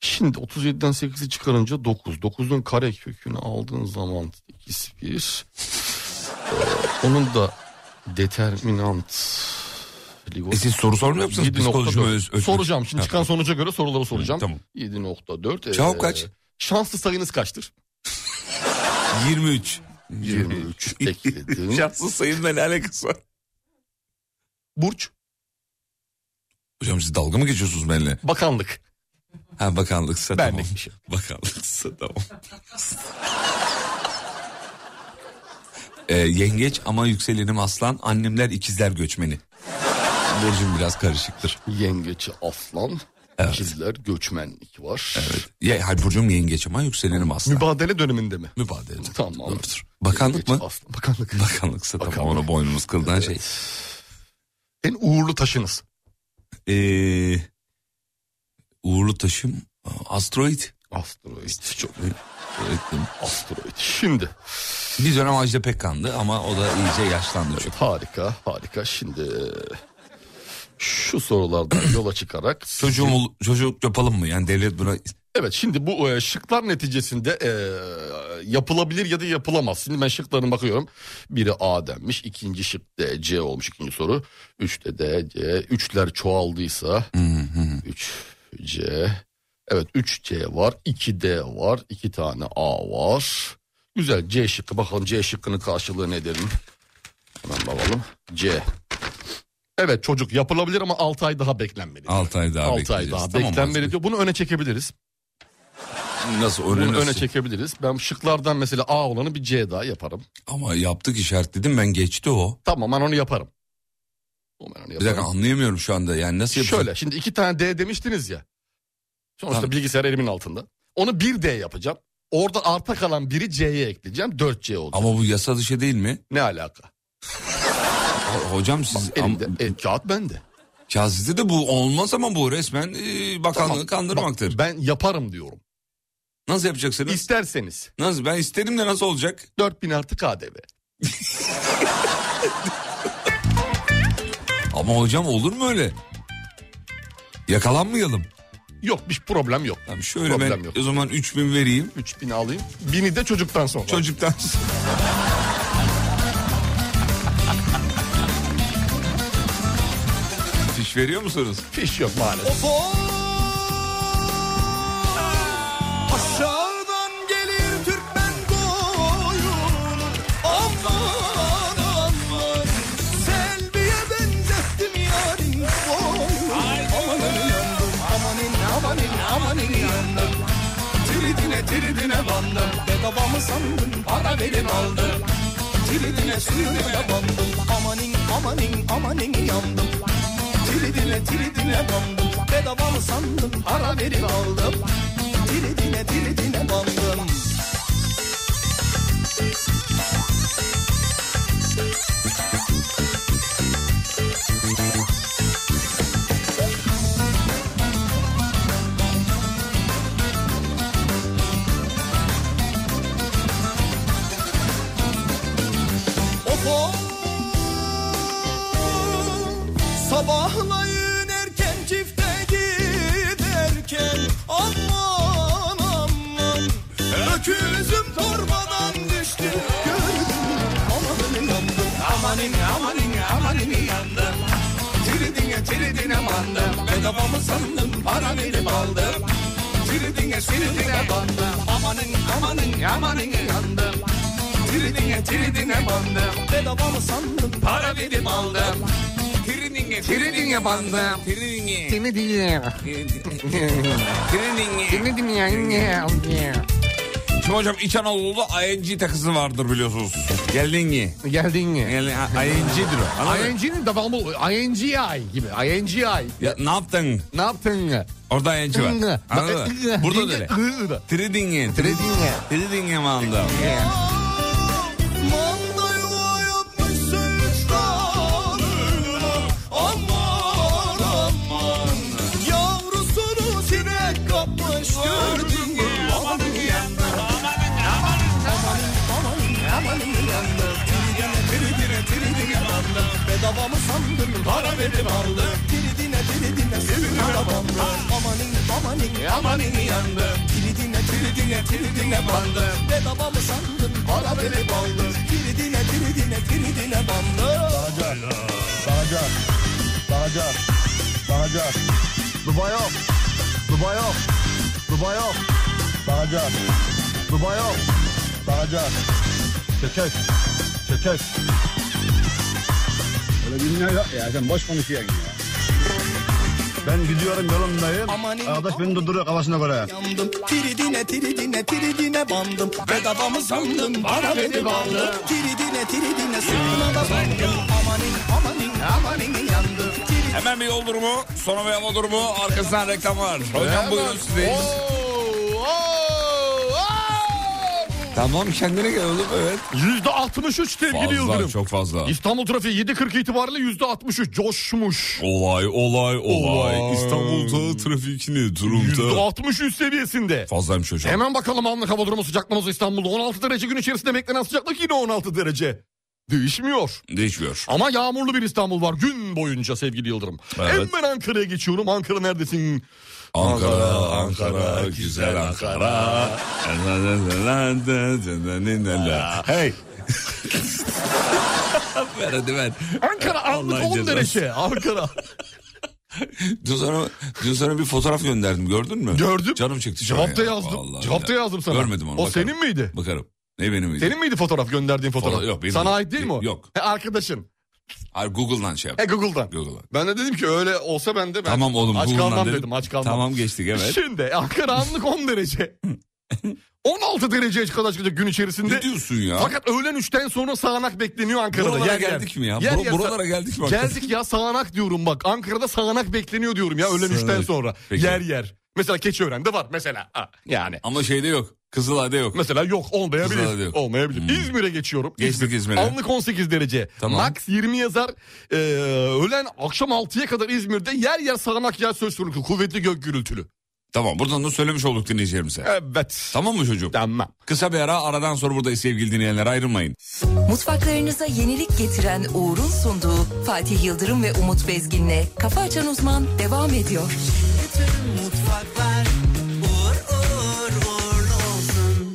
şimdi 37'den 8'i çıkarınca 9. 9'un kare kökünü aldığın zaman 8 1. onun da determinant E siz soru sormuyor musunuz? 7.4. Psikoloji mi öz- ölçmek? Soracağım şimdi Ha, çıkan sonuca göre soruları soracağım. Hı, tamam. 7.4. Cevap kaç? Ee, Şanslı sayınız kaçtır? 23. 23 [laughs] ekledim. Şahsız sayımla ne alakası var? Burç Hocam siz dalga mı geçiyorsunuz benimle? bakanlık. Ha bakanlıksa Benlik tamam. bir şey. Bakanlıksa [laughs] tamam. E, yengeç ama yükselenim aslan annemler ikizler göçmeni. Burcum biraz karışıktır. Yengeçi aslan. ikizler göçmenlik var. Evet. Ye, hayır, burcum yengeç ama yükselenim aslan. Mübadele döneminde mi? Mübadele. Tamam. Doğrudur. Bakanlık Yengeç, mı? aslan, bakanlık. Bakanlıksa tamam Bakanlık. ona boynumuz kıldan şey. En uğurlu taşınız. Ee, uğurlu taşım e, asteroid. Asteroid. Çok Ettim. asteroid. Şimdi Bir dönem Ajda Pekkan'dı ama o da iyice yaşlandı çok. harika harika. Şimdi e, şu sorulardan yola çıkarak. Çocuğum, ol- çocuk yapalım mı? Yani devlet buna... Evet şimdi bu e, şıklar neticesinde e, yapılabilir ya da yapılamaz. Şimdi ben şıklarına bakıyorum. Biri A denmiş, ikinci şık D, C olmuş ikinci soru. Üçte D, C. Üçler çoğaldıysa 3 C. Evet 3 C var, 2 D var, 2 tane A var. Güzel C şıkkı bakalım C şıkkının karşılığı nedir? Hemen bakalım. C. Evet çocuk yapılabilir ama 6 ay daha beklenmeli. 6 ay daha 6 ay bekleyeceğiz. daha Tamam, beklenmeli vazgeç. diyor. Bunu öne çekebiliriz. Nasıl Bunu önüne öne nasıl? çekebiliriz. Ben şıklardan mesela A olanı bir C daha yaparım. Ama yaptık işaretledim ben geçti o. Tamam ben onu yaparım. Tamam, Ben onu Bir dakika yaparım. anlayamıyorum şu anda yani nasıl yapacağız? Şöyle şimdi iki tane D demiştiniz ya. Sonuçta Tamam. bilgisayar elimin altında. Onu bir D yapacağım. Orada arta kalan biri C'ye ekleyeceğim. 4C olacak. Ama bu yasa dışı değil mi? Ne alaka? Ho- Hocam siz Elimde. E, kağıt bende. Ya sizde de bu olmaz ama bu resmen e, bakanlığı Tamam, kandırmaktır. Bak, ben yaparım diyorum. Nasıl yapacaksınız? İsterseniz nasıl ben istedim de nasıl olacak? 4000 artı KDV. Ama hocam olur mu öyle? Yakalanmayalım. Yok bir problem yok. Tamam şöyle Problem ben yok. o zaman 3000 vereyim. 3000 alayım. 1000'i de çocuktan sonra. Çocuktan [laughs] Fiş veriyor musunuz? Fiş yok maalesef. Aşağıdan gelir Türkmen koyunu Aman aman Selviye benzettim yarim boyunu Aman yandım amanın amanın amanın yandım Tridine tridine bandım Bedava mı sandın para verip aldım Tridine sürüne bandım Amanın amanın amanın yandım Tridine tridine bandım Bedava mı sandım para verip aldım Tridine tridine bandım Of of Sabahlayın erken çifte giderken Aman aman Öküzüm torbadan düştü gördüm Amanın yandım Amanın amanın amanın yandım Tridine tridine bandım Bedava mı sandım para verip aldım Tridine tridine bandım Amanın amanın amanın yandım Tridine tridine bandım Bedava mı sandım para verip aldım Trining'e, Tridine bandım trining'e, Şimdi hocam İç Anadolu'da ING takısı vardır biliyorsunuz. Geldingi. Geldin mi? Yani a- ING'dir o. Anladın mı? ING'nin devamı INGI gibi. INGI. Ya, ne yaptın? Ne yaptın? Orada ING var. Anladın mı? Burada da öyle. öyle. Tridinge. Tridinge. Tridinge bandı. Manda yuva yapmışsın üç tanrına Aman aman Yavrusunu sinek kapmış gördün mü? Amanın yandım Amanın amanın amanın yandım Tiridine tiridine tiridine yandım Bedava mı sandın para verip aldım Tiridine tiridine sürün arabamda Amanın amanın amanın yandım Tiridine tiridine tiridine bandım Bedava mı sandın para verip aldım Tiridine tiridine tiridine bandım Bağacak. Bağacak. Bağacak. Dubai yok. Dubai yok. Dubai yok. Bağacak. Dubai yok. Bağacak. Çekeç. Çekeç. Öyle bilmiyor ya. Ya sen boş konuşuyorsun ya. Ben gidiyorum yolundayım. Aman iyi- Arkadaş beni durduruyor kafasına göre. yandım Tiridine tiridine tiridine bandım Bedava mı sandın para verip aldım Tiridine tiridine sırtına da bandım Amanin amanin amanin yandım Tiridine Hemen bir yol durumu, sonra bir hava durumu, arkasından reklam var. Hocam buyurun sizdeyiz. Tamam kendine gel oğlum evet. Yüzde 63 sevgili Fazla Yıldırım. çok fazla. İstanbul trafiği 7.40 itibariyle yüzde 63 coşmuş. Olay olay olay. Olay. İstanbul'da trafikini Yüzde durumda. 63 seviyesinde. Fazlaymış hocam. Hemen bakalım anlık hava durumu sıcaklığımız İstanbul'da 16 derece gün içerisinde beklenen sıcaklık yine 16 derece. Değişmiyor. Değişmiyor. Ama yağmurlu bir İstanbul var gün boyunca sevgili Yıldırım. Evet. Hemen Ankara'ya geçiyorum. Ankara neredesin? Ankara, Ankara, Ankara, güzel Ankara. Hey. ver hadi ver. Ankara anlık Allah 10 cezası. derece. [laughs] Ankara. Dün sana, dün sana bir fotoğraf gönderdim gördün mü? Gördüm. Canım çekti. şu an Cevapta ya. yazdım. Vallahi Cevapta ya. yazdım sana. Görmedim onu. O bakarım. senin miydi? Bakarım. Ne benim miydi? Senin miydi fotoğraf gönderdiğin fotoğraf? Foto- yok, benim Sana değil. ait değil mi o? Yok. He, arkadaşın. Hayır Google'dan şey yap. He Google'dan. Google'dan. Ben de dedim ki öyle olsa ben de ben Tamam oğlum aç Google'dan kalmam dedim. dedim aç kalmam. Tamam geçtik evet. [laughs] Şimdi Ankara anlık 10 derece. 16 dereceye kadar çıkacak gün içerisinde. Ne diyorsun ya? Fakat öğlen 3'ten sonra sağanak bekleniyor Ankara'da. Buralara yer yer. geldik mi ya? Yer Bur- yer buralara geldik mi hakikaten? Geldik ya sağanak diyorum bak. Ankara'da sağanak bekleniyor diyorum ya öğlen Sağanak. 3'ten sonra. Peki. Yer yer. Mesela Keçiören'de var mesela. Ha, yani. Ama şeyde yok. Kızılay'da yok. Mesela yok Kızılay'da olmayabilir. yok. Olmayabilir. İzmir'e geçiyorum. Hmm. Geçtik İzmir. İzmir'e. Anlık 18 derece. Tamam. Max 20 yazar. Ee, öğlen akşam 6'ya kadar İzmir'de yer yer sağanak yer söz konusu. Kuvvetli gök gürültülü. Tamam buradan da söylemiş olduk dinleyicilerimize. Evet. Tamam mı çocuğum? Tamam. Kısa bir ara aradan sonra buradayız sevgili dinleyenler ayrılmayın. Mutfaklarınıza yenilik getiren Uğur'un sunduğu Fatih Yıldırım ve Umut Bezgin'le Kafa Açan Uzman devam ediyor. mutfaklar uğur uğur uğurlu olsun.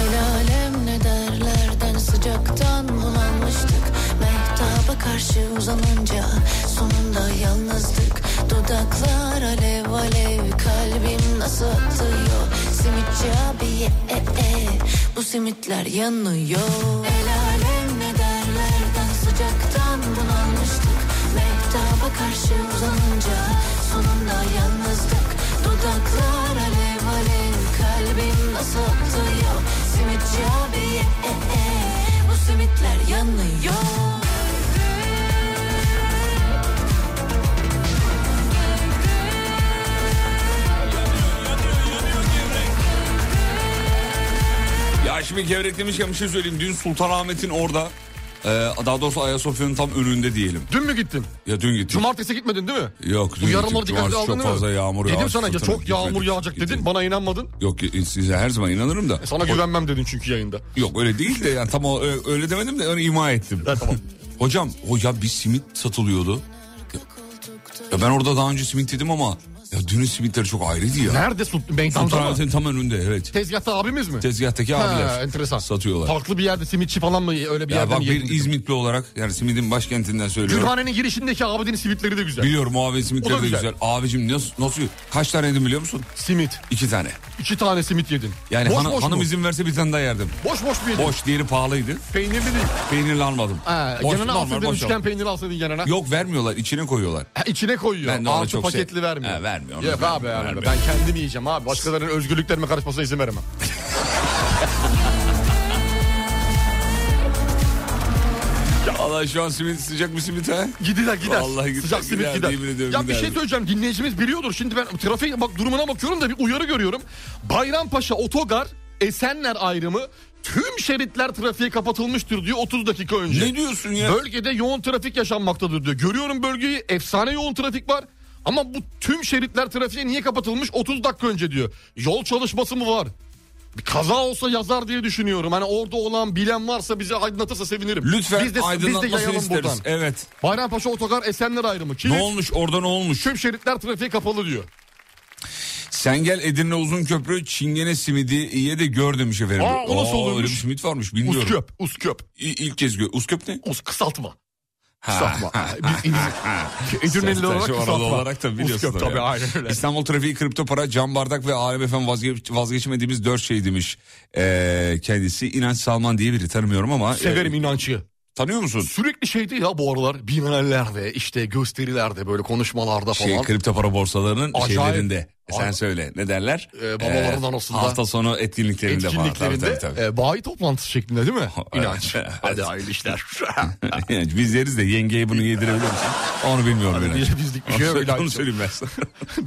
El alem ne derlerden sıcaktan bulanmıştık Mehtaba karşı uzanınca sonunda yalnızdık Dudaklar alev alev kalbim nasıl atıyor Simitçi abiye e e bu simitler yanıyor El alem ne derlerden sıcaktan bulanmıştık Mehtaba karşı uzanınca sonunda yalnızdık Dudaklar alev alev kalbim nasıl atıyor Simitçi abiye e e bu simitler yanıyor Ya şimdi gevrek demişken bir şey söyleyeyim. Dün Sultanahmet'in orada e, daha doğrusu Ayasofya'nın tam önünde diyelim. Dün mü gittin? Ya dün gittik. Cumartesi gitmedin değil mi? Yok dün Bu gittik. yarınları dikkatli Cumartesi aldın çok değil mi? fazla yağmur yağdı. Dedim sana ya Sultanahmet çok yağmur gitmedik. yağacak dedin Gitmedik. bana inanmadın. Yok size her zaman inanırım da. Sana güvenmem dedin çünkü yayında. Yok öyle değil de yani tam o- ö- öyle demedim de öyle ima ettim. tamam. [laughs] Hocam hocam bir simit satılıyordu. Ya, ya ben orada daha önce simit yedim ama ya dünün simitleri çok ayrıydı ya. Nerede Sultan Meydanda mı? Sultanahmet'in tam önünde evet. Tezgahta abimiz mi? Tezgahtaki Ha, abiler enteresan. satıyorlar. Farklı bir yerde simitçi falan mı öyle bir Ya yerden bak mi bir yedin? İzmitli olarak yani simidin başkentinden söylüyorum. Gülhanenin girişindeki abidin simitleri de güzel. Biliyorum o abi simitleri O de da güzel. güzel. Abicim nasıl, nasıl kaç tane yedim biliyor musun? Simit. İki tane. İki tane simit yedin. Yani boş hanı- boş hanım mu? izin verse bir tane daha yerdim. Boş boş mu yedin? Boş diğeri pahalıydı. Peynirli değil. Peynirli almadım. Ha, Boş, yanına normal, alsaydın boş üçgen aldım. peyniri alsaydın yanına. Yok vermiyorlar içine koyuyorlar. Ha, içine koyuyor. Ben de onu Artı çok paketli sev- vermiyor. He, vermiyor, onu Yok vermiyor, abi vermiyor. vermiyor. Ben kendim yiyeceğim abi. Başkalarının özgürlüklerime karışmasına izin veremem. Allah şu an simit sıcak bir simit ha? Gidiler gider. Vallahi gider, Sıcak simit gider, gider. yemin ediyorum ya bir gider. şey söyleyeceğim dinleyicimiz biliyordur. Şimdi ben trafiğe bak durumuna bakıyorum da bir uyarı görüyorum. Bayrampaşa otogar Esenler ayrımı tüm şeritler trafiğe kapatılmıştır diyor 30 dakika önce. Ne diyorsun ya? Bölgede yoğun trafik yaşanmaktadır diyor. Görüyorum bölgeyi efsane yoğun trafik var. Ama bu tüm şeritler trafiğe niye kapatılmış 30 dakika önce diyor. Yol çalışması mı var? Bir kaza olsa yazar diye düşünüyorum. Hani orada olan bilen varsa bizi aydınlatırsa sevinirim. Lütfen biz de, biz de aydınlatmasını yayalım isteriz. buradan. Evet. Bayrampaşa otogar Esenler ayrımı. Kilit, Ne olmuş orada ne olmuş? tüm şeritler trafiğe kapalı diyor. Sen gel Edirne Uzun Köprü Çingene simidi ye de gör demiş efendim. Aa, o nasıl oluyormuş? Öyle bir simit varmış bilmiyorum. Usköp, usköp, İ- İlk kez gör. Usköp ne? us kısaltma. Ha, Kısaltma. ha, Biz İngiliz- Edirneliler olarak Sen şu kısaltma. Aralı olarak da biliyorsun. Usköp tabii aynen öyle. İstanbul trafiği kripto para cam bardak ve Alem efendim vazge- vazgeçmediğimiz dört şey demiş Ee, kendisi. İnanç Salman diye biri tanımıyorum ama. Severim e, inancıyı. tanıyor musun? Sürekli şeydi ya bu aralar bienallerde işte gösterilerde böyle konuşmalarda falan. Şey, kripto para borsalarının Acayip. şeylerinde. E, Sen Aynen. söyle ne derler? E, Ee, babaların arasında. Hafta sonu etkinliklerinde, falan. etkinliklerinde Tabii, tabii, tabii. e, bayi toplantısı şeklinde değil mi? [laughs] Evet. İnanç. Hadi hayırlı işler. [laughs] Yani [laughs] biz yeriz de yengeye bunu yedirebiliyor musun? Onu bilmiyorum. Hani yani. biz- bizlik bir şey yok, Onu- ilaç Onu yok. söyleyeyim ben sana.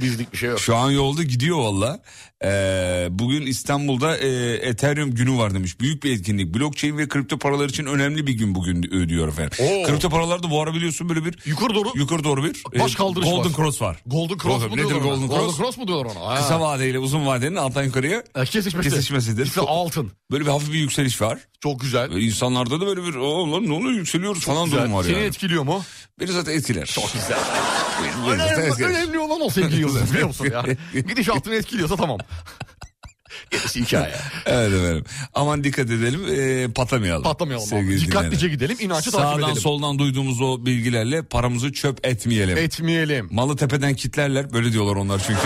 [laughs] Bizlik bir şey yok. Şu an yolda gidiyor valla. Ee, bugün İstanbul'da e, Ethereum günü var demiş. Büyük bir etkinlik. Blockchain ve kripto paralar için önemli bir gün bugün e, diyor efendim. Oo. Kripto paralarda bu ara biliyorsun böyle bir Yukarı doğru yukarı doğru bir e, Baş kaldırış Golden var. Cross var. Golden Cross mu Nedir diyorlar ona? Golden Cross? Golden Cross mu diyorlar ona. Ha. Kısa vadeyle uzun vadenin alttan yukarıya E, kesişmesi. kesişmesidir. İşte altın. Böyle bir hafif bir yükseliş var. Çok güzel. Ve İnsanlarda da böyle bir "Aa, lan ne oluyor yükseliyoruz falan Güzel. durum var Seni yani. etkiliyor mu? Beni zaten etkiler. [laughs] Çok güzel. Önemli, önemli olan o sevgili yıldız biliyor musun [laughs] ya? Gidişatını etkiliyorsa tamam. Gerisi hikaye. Evet efendim. Aman dikkat edelim e, patlamayalım. Patlamayalım Sevgili abi. Dikkatlice dinleyenler. gidelim inancı takip Sağdan edelim. soldan duyduğumuz o bilgilerle paramızı çöp etmeyelim. Etmeyelim. Malı tepeden kitlerler böyle diyorlar onlar çünkü.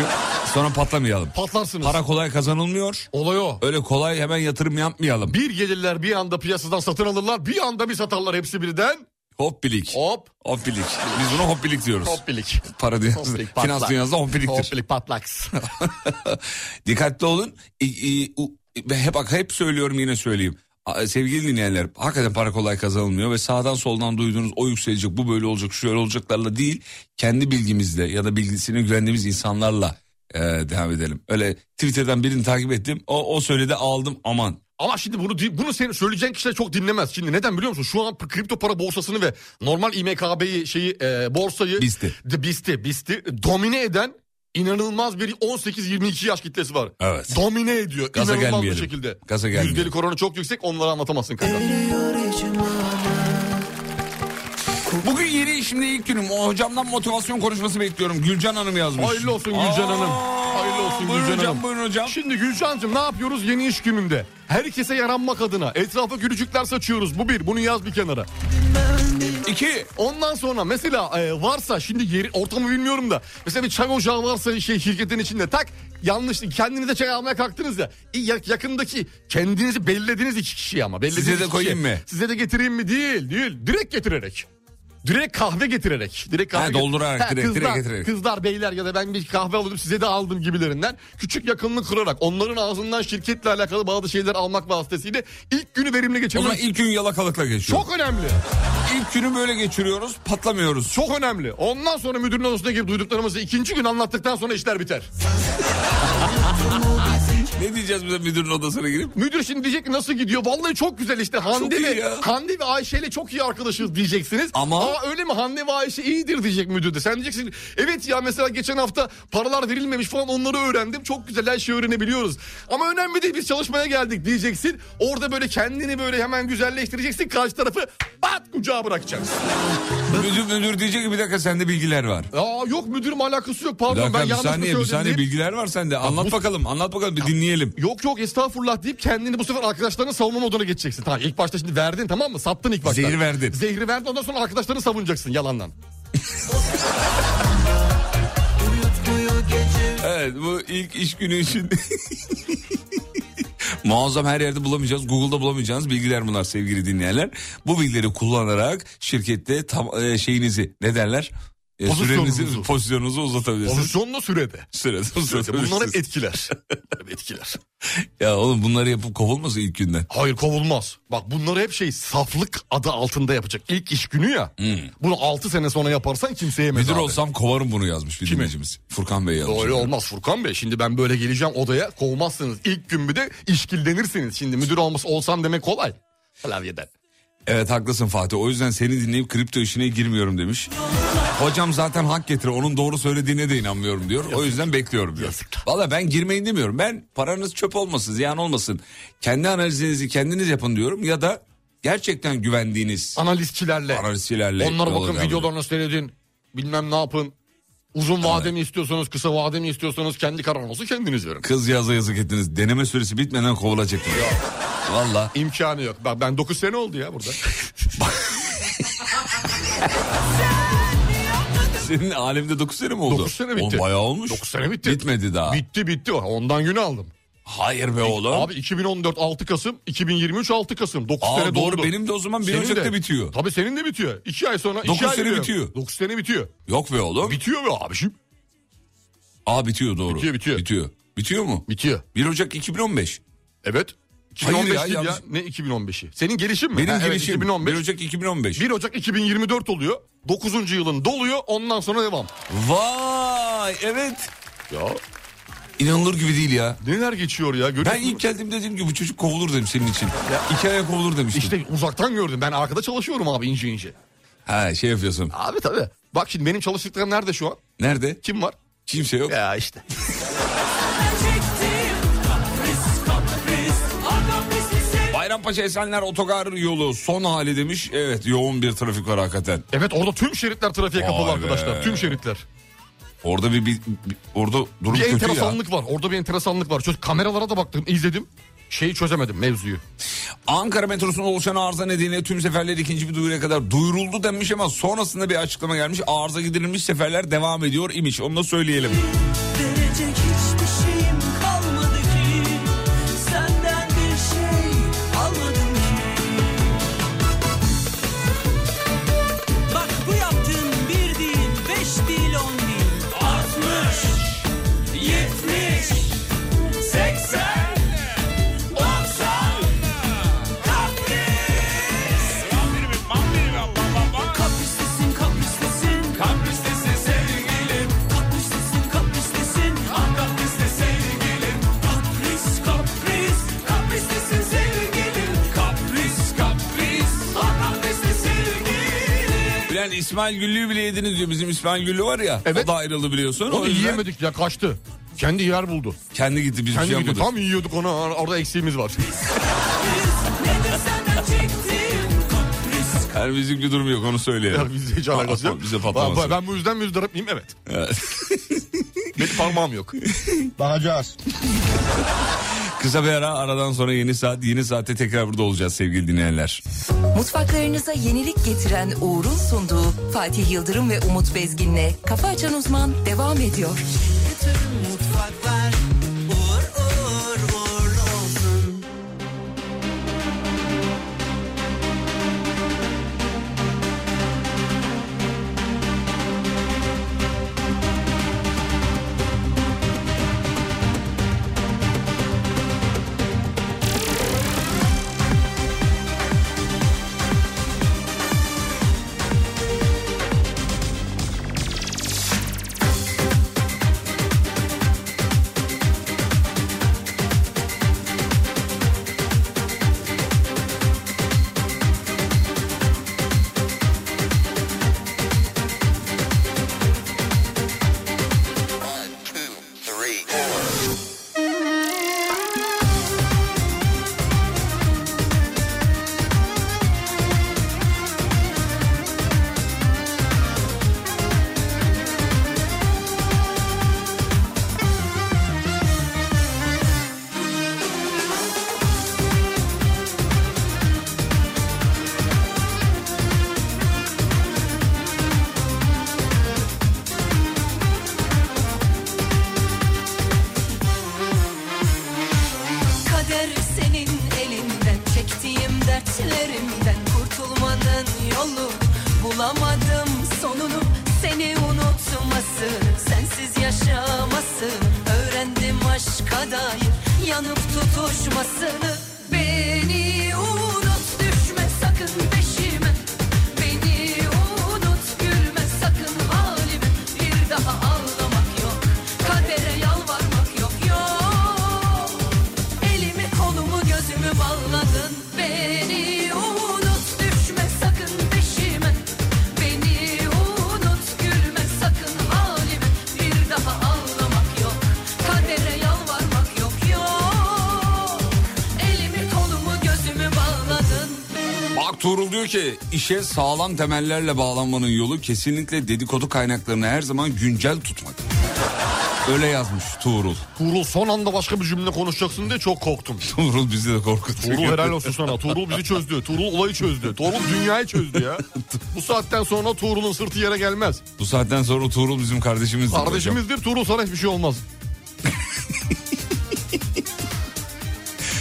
Sonra patlamayalım. Patlarsınız. Para kolay kazanılmıyor. Olay o. Öyle kolay hemen yatırım yapmayalım. Bir gelirler bir anda piyasadan satın alırlar bir anda bir satarlar hepsi birden. Hop bilik. Hop. Hop bilik. Biz buna hop bilik diyoruz. Hoppilik. Para dünyası, Hop bilik, finans patlar. dünyasında hop biliktir. Hoppilik patlaks. [laughs] Dikkatli olun. İ- i- u- ben hep bak hep söylüyorum yine söyleyeyim. A- Sevgili dinleyenler hakikaten para kolay kazanılmıyor ve sağdan soldan duyduğunuz o yükselecek bu böyle olacak şöyle olacaklarla değil kendi bilgimizle ya da bilgisine güvendiğimiz insanlarla e, devam edelim. Öyle Twitter'dan birini takip ettim o, o söyledi aldım aman. Ama şimdi bunu di- bunu senin söyleyeceğin kişiler çok dinlemez. Şimdi neden biliyor musun? Şu an p- kripto para borsasını ve normal İMKB'yi şeyi e, borsayı Bisti. de, bisti bisti domine eden inanılmaz bir 18-22 yaş kitlesi var. Evet. Domine ediyor. Gaza inanılmaz gelmeyelim. bir şekilde. Gaza gelmeyelim. Ee, Yüzdelik oranı çok yüksek onları anlatamazsın kanka. Bugün yeni işimde ilk günüm o hocamdan motivasyon konuşması bekliyorum Gülcan Hanım yazmış. Hayırlı olsun Gülcan Hanım. Hayırlı olsun buyurun Gülcan hocam, Hanım. Buyurun hocam. Şimdi Gülcan'cığım ne yapıyoruz yeni iş gününde? Herkese yaranmak adına etrafa gülücükler saçıyoruz. Bu bir bunu yaz bir kenara. İki. Ondan sonra mesela e, varsa şimdi yeri ortamı bilmiyorum da mesela bir çay ocağı varsa şey şirketin içinde tak yanlış kendinize çay almaya kalktınız ya İ- ya- yakındaki kendinizi bellediğiniz iki kişi ama bellediğiniz Size iki de kişi. koyayım mı? Size de getireyim mi değil değil direkt getirerek. Direkt kahve getirerek. Direkt kahve Ha, doldurarak, direkt, kızlar, direkt getirerek. Kızlar beyler ya da ben bir kahve aldım size de aldım gibilerinden. Küçük yakınlık kurarak onların ağzından şirketle alakalı bazı şeyler almak vasıtasıyla ilk günü verimli O zaman geçirmek ilk gün yalakalıkla geçiyor. çok önemli. İlk günü böyle geçiriyoruz, patlamıyoruz. Çok önemli. Ondan sonra müdürün odasına girip duyduklarımızı ikinci gün anlattıktan sonra işler biter. Ne diyeceğiz bize müdürün odasına girip? Müdür şimdi diyecek ki nasıl gidiyor? Vallahi çok güzel işte. Hande iyi ve ya. Hande ve Ayşe ile çok iyi arkadaşız diyeceksiniz. Ama- Aa öyle mi? Hande ve Ayşe iyidir diyecek müdür de. Sen diyeceksin evet ya mesela geçen hafta paralar verilmemiş falan onları öğrendim. Çok güzel her şeyi öğrenebiliyoruz. Ama önemli değil biz çalışmaya geldik diyeceksin. Orada böyle kendini böyle hemen güzelleştireceksin. Karşı tarafı pat kucağa bırakacaksın. Müdür müdür diyecek ki bir dakika sende bilgiler var. Aa yok müdürüm alakası yok Bir pardon ben dakika bir yanlış mı saniye bir söyledim saniye deyip- bilgiler var sende. Anlat bakalım anlat bakalım bir dinleyelim. Yok yok estağfurullah deyip kendini bu sefer arkadaşlarının savunma moduna geçeceksin. Tamam ilk başta şimdi verdin tamam mı? Sattın ilk başta. Zehri verdin. Zehri verdin ondan sonra arkadaşlarını savunacaksın yalandan. Evet bu ilk iş günü için. [laughs] Muazzam her yerde bulamayacağız. Google'da bulamayacağınız bilgiler bunlar sevgili dinleyenler. Bu bilgileri kullanarak şirkette tam e, şeyinizi ne derler? E, sürenizi, Pozisyonunuzu. pozisyonunuzu uzatabilirsiniz. Pozisyonla sürede. Sürenizi Bunlar uzatabilirsiniz. hep [laughs] etkiler. Hep etkiler. Ya oğlum bunları yapıp kovulmasın ilk günden. Hayır kovulmaz. Bak bunları hep şey saflık adı altında yapacak. İlk iş günü ya. Bunu 6 sene sonra yaparsan kimse yemez Hmm. Müdür abi. olsam kovarım bunu yazmış bir dinleyicimiz. Furkan Bey yazmış. Öyle olmaz Furkan Bey. Şimdi ben böyle geleceğim odaya kovmazsınız. İlk gün bir de işkillenirsiniz. Şimdi müdür olmaz olsam demek kolay. Klavyeden. Evet haklısın Fatih. O yüzden seni dinleyip kripto işine girmiyorum demiş. Hocam zaten hak getire. Onun doğru söylediğine de inanmıyorum diyor. O yüzden bekliyorum diyor. Valla ben girmeyin demiyorum. Ben paranız çöp olmasın, ziyan olmasın. Kendi analizinizi kendiniz yapın diyorum. Ya da gerçekten güvendiğiniz analistçilerle. Analistçilerle Onlara yola bakın devam videolarını seyredin. Bilmem ne yapın. Uzun vade mi istiyorsanız, kısa vade mi istiyorsanız kendi kararınızı kendiniz verin. kız yaza yazık ettiniz. Deneme süresi bitmeden kovulacaktım. Valla. İmkanı yok. Bak ben 9 sene oldu ya burada. [laughs] Senin alemde 9 sene mi oldu? 9 sene bitti. O bayağı olmuş. 9 sene bitti. Bitmedi daha. bitti bitti. Ondan günü aldım. Hayır be oğlum. Abi 2014 6 Kasım, 2023 6 Kasım. 9 Aa, sene doğru. doldu. Benim de o zaman 1 Senin Ocak'ta de. bitiyor. Tabii senin de bitiyor. 2 ay sonra. iki Dokuz ay sene bitiyor. 9 sene bitiyor. Yok be oğlum. Bitiyor mu abiciğim? Aa bitiyor doğru. Bitiyor, bitiyor. Bitiyor. Bitiyor mu? Bitiyor. 1 Ocak 2015. Evet. Hayır ya, 2015 değil ya, yalnız- Ne 2015'i? Senin gelişin mi? Benim Ha, evet, girişim 2015. 1 Ocak 2015. 1 Ocak 2024 oluyor. 9. yılın doluyor. Ondan sonra devam. Vay evet. Ya İnanılır gibi değil ya. neler geçiyor ya görüyorsun. Ben ilk geldim dedim ki bu çocuk kovulur dedim senin için. İki aya kovulur demiştim. işte uzaktan gördüm. Ben arkada çalışıyorum abi ince ince. Ha şey yapıyorsun. Abi tabii. Bak şimdi benim çalıştıklarım nerede şu an? Nerede? Kim var? Kimse yok. Ya işte. çektim Kapris kapris Adam bizi sev Bayrampaşa Esenler Otogar yolu son hali demiş. Evet yoğun bir trafik var hakikaten. [laughs] Evet orada tüm şeritler trafiğe Vay kapalı be. arkadaşlar. Tüm şeritler. Orada bir, bir- bir- orada durum Bir kötü ya. enteresanlık var. Orada bir enteresanlık var. Çöz, kameralara da baktım, izledim. Şeyi çözemedim mevzuyu. Ankara metrosunun oluşan arıza nedeniyle tüm seferler ikinci bir duyuruya kadar duyuruldu denmiş ama sonrasında bir açıklama gelmiş. Arıza giderilmiş seferler devam ediyor imiş. Onu da söyleyelim. Verecek hiçbir şeyim kalmadı ki Senden bir şey almadım ki Bak bu yaptığım bir değil, beş değil, on değil Altmış, yetmiş, seksen, doksan Kapris Kaprislisin, kaprislisin Kaprislisin sevgilim Kaprislisin, kaprislisin Kaprislisin sevgilim Kapris, kapris Kaprislisin sevgilim Kapris, kapris Kaprislisin sevgilim Bülent İsmail Güllü'yü bile yediniz diyor. Bizim İsmail Güllü var ya. O Evet. da ayrıldı biliyorsun. Onu o yüzden yiyemedik ya kaçtı. Kendi yer buldu. kendi gitti biz bir Kendi şey gidiyor. yapmadık. Tam yiyorduk onu or- orada eksiğimiz var. Nedir senden çektiğim Kapris, Yani bizim bir durum yok onu Ya söyleyelim. Bizde hiç alakası yok. Bize Ben- patlamasın. Ben bu yüzden müzdarip miyim? Evet. Evet. [laughs] Benim parmağım yok. Bakacağız. Kısa bir ara aradan sonra yeni saat yeni saatte tekrar burada olacağız sevgili dinleyenler. Mutfaklarınıza yenilik getiren Uğur'un sunduğu Fatih Yıldırım ve Umut Bezgin'le Kafa Açan Uzman devam ediyor. mutfaklar Uğur, uğur, uğurlu olsun Kader senin elinden Çektiğim dertlerimden Kurtulmanın yolu Bulamadım sonunu Seni unutması Sensiz yaşaması Öğrendim aşka dair Yanıp tutuşmasını Beni unut düşme sakın peşime Beni unut gülme sakın halime Bir daha ağlamak yok Kadere yalvarmak yok yok Elimi kolumu gözümü bağladın Beni unut düşme sakın peşime Beni unut gülme sakın halime Bir daha ağlamak yok Kadere yalvarmak yok yok Elimi kolumu gözümü bağladın Bak Tuğrul diyor ki işe sağlam temellerle bağlanmanın yolu kesinlikle dedikodu kaynaklarını her zaman güncel tutmak. Öyle yazmış Tuğrul. [laughs] Tuğrul son anda başka bir cümle konuşacaksın diye çok korktum. Tuğrul bizi de korkutuyor. Tuğrul helal olsun sana. Tuğrul bizi çözdü. Tuğrul olayı çözdü. Tuğrul dünyayı çözdü ya. Bu saatten sonra Tuğrul'un sırtı yere gelmez. Bu saatten sonra Tuğrul bizim kardeşimizdir. hocam. Kardeşimizdir Tuğrul sana hiçbir şey [laughs] olmaz.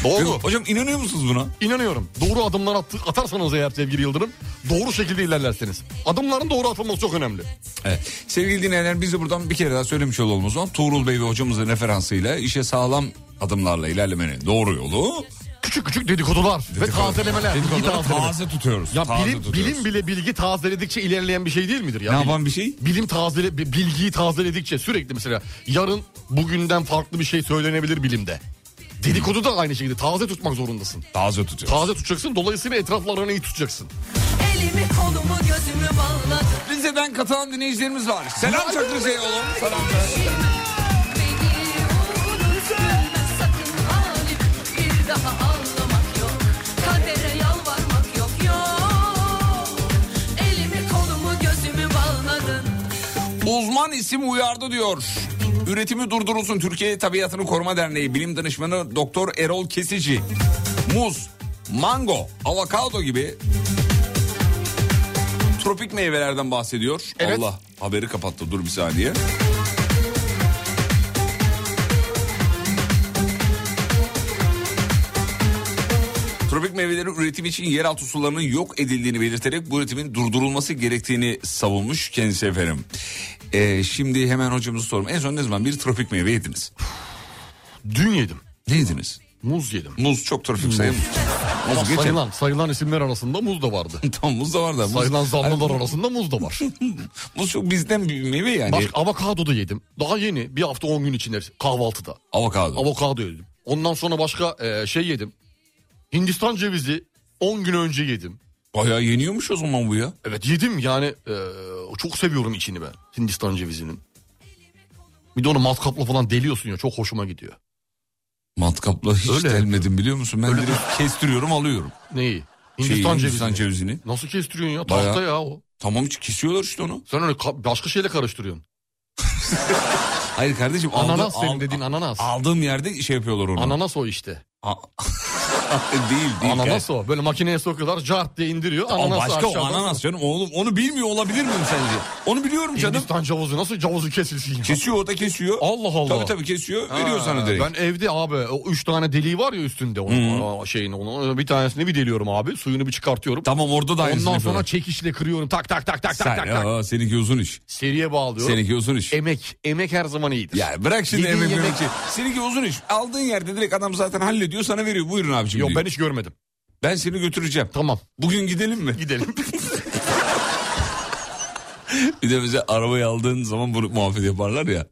Doğru. Hocam inanıyor musunuz buna? İnanıyorum. Doğru adımlar attı, atarsanız eğer sevgili Yıldırım doğru şekilde ilerlerseniz. Adımların doğru atılması çok önemli. Evet. Sevgili dinleyenler bizi buradan bir kere daha söylemiş olalım o zaman. Tuğrul Bey ve hocamızın referansıyla işe sağlam adımlarla ilerlemenin doğru yolu. Küçük küçük dedikodular ve tazelemeler. bilgi Dedikoduları tazeleme. taze tutuyoruz. Ya taze bilim, tutuyoruz. bilim bile bilgi tazeledikçe ilerleyen bir şey değil midir? Ya? ne Bilim- yapan bir şey? bilim tazele, bi- bilgiyi tazeledikçe sürekli mesela yarın bugünden farklı bir şey söylenebilir bilimde. Dedikodu da aynı şekilde taze tutmak zorundasın. Taze tutuyoruz. Taze tutacaksın dolayısıyla etraflarını iyi tutacaksın. Elimi kolumu gözümü bağladın Rize'den katılan dinleyicilerimiz var. Selam çok Rize'ye oğlum. Selam. Beni unut Hayvan isim uyardı diyor. Üretimi durdurulsun Türkiye Tabiatını Koruma Derneği Bilim Danışmanı Doktor Erol Kesici. Muz, mango, avokado gibi tropik meyvelerden bahsediyor. Evet. Allah haberi kapattı dur bir saniye. Tropik meyvelerin üretimi için yeraltı sularının yok edildiğini belirterek bu üretimin durdurulması gerektiğini savunmuş kendisi efendim. Ee, şimdi hemen hocamızı sorum. En son ne zaman bir tropik meyve yediniz? Dün yedim. Ne yediniz? Muz yedim. Muz çok tropik sayılmıyor. Muz geçer. [laughs] Sayılan, sayılan isimler arasında muz da vardı. Tamam muz da var da. Muz, Hani Sayılan zanlılar arasında muz da [laughs] var. muz çok bizden bir meyve yani. Bak avokado da yedim. Daha yeni bir hafta 10 gün içinde kahvaltıda. Avokado. Avokado yedim. Ondan sonra başka e, şey yedim. Hindistan cevizi 10 gün önce yedim. Bayağı yeniyormuş o zaman bu ya. Evet yedim yani e, çok seviyorum içini ben Hindistan cevizinin. Bir de onu matkapla falan deliyorsun ya çok hoşuma gidiyor. Matkapla hiç Öyle. delmedim biliyor musun? Ben direkt kestiriyorum alıyorum. Neyi? Şeyi, Hindistan, cevizini. Şey, Hindistan cevizini. Nasıl kestiriyorsun ya? Bayağı. Tahta ya o. Tamam kesiyorlar işte onu. Sen öyle ka- başka şeyle karıştırıyorsun. Hayır kardeşim aldı- Ananas senin al- dediğin ananas. aldığım yerde şey yapıyorlar onu. Ananas o işte. A- [laughs] değil değil. Ananas o. Böyle makineye sokuyorlar cart diye indiriyor. Ama Ananas başka o aşağıdan- ananas canım oğlum onu bilmiyor olabilir miyim sence? Onu biliyorum canım. Hindistan cavuzu nasıl cavuzu kesilsin ya? Kesiyor o da kesiyor. Allah Allah. Tabii tabii kesiyor veriyor Ha, sana direkt. Ben evde abi o üç tane deliği var ya üstünde onun aa, şeyin onun bir tanesini bir deliyorum abi suyunu bir çıkartıyorum. Tamam orada da aynısını Ondan yapıyorlar. sonra çekişle kırıyorum tak tak tak tak tak Sen, tak tak. aa, seninki uzun iş. Seriye bağlıyorum. Seninki uzun iş. Emek emek her zaman iyidir. Ya bırak şimdi Yediğin emek yemek- yemek. Seninki uzun iş. Aldığın yerde direkt adam zaten hallediyor sana veriyor. Buyurun abicim Yok diyor. ben hiç görmedim. Ben seni götüreceğim. Tamam Bugün gidelim mi? gidelim. [laughs] Bir de bize arabayı aldığın zaman bunu muhabbet yaparlar ya.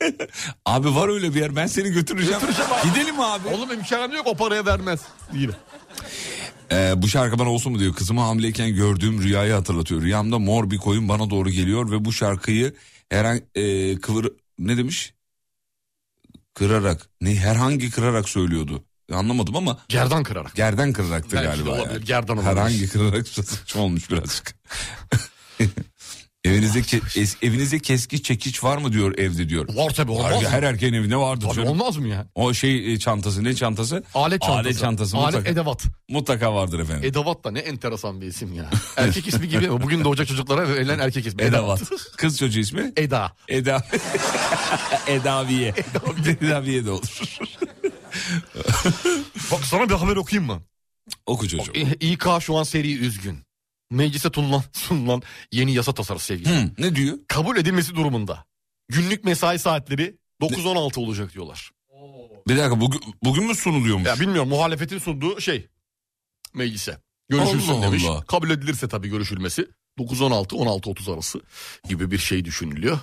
[laughs] abi var öyle bir yer ben seni götüreceğim. Götüreceğim abi. Gidelim abi. Oğlum imkanı yok o paraya vermez. Yine. Ee, bu şarkı bana olsun mu diyor. Kızımı hamileyken gördüğüm rüyayı hatırlatıyor. Rüyamda mor bir koyun bana doğru geliyor ve bu şarkıyı herhangi e, kıvır ne demiş? Kırarak. Ne herhangi kırarak söylüyordu. Anlamadım ama Gerdan kırarak. gerden kıraraktı Belki de galiba. olabilir, yani. gerdan olabilir. Herhangi kırarak [laughs] saçma olmuş birazcık. evinizde ke- es- evinizde keski çekiç var mı diyor evde diyor. Var tabii Var olmaz. ya, mı? her erkeğin evinde vardır. Tabii canım. olmaz mı ya? O şey e, çantası ne çantası? Alet çantası. Alet çantası Alet mutlaka, edevat. mutlaka vardır efendim. Edevat da ne enteresan bir isim ya. Erkek ismi [laughs] gibi ama bugün doğacak çocuklara verilen erkek ismi. Edavat. [laughs] Kız çocuğu ismi? Eda. [laughs] Eda. Edaviye. [laughs] Edaviye de olur. Bak sana bir haber okuyayım mı? Oku çocuğum. İ- İK şu an seri üzgün. Meclise tutulan, sunulan yeni yasa tasarısı sevgili. Hı, ne diyor? Kabul edilmesi durumunda. Günlük mesai saatleri 9-16 olacak diyorlar. Bir dakika bugün, bugün mü sunuluyormuş? Ya bilmiyorum muhalefetin sunduğu şey meclise. Görüşülsün Allah demiş. Allah. Kabul edilirse tabii görüşülmesi. 9-16, 16-30 arası gibi bir şey düşünülüyor.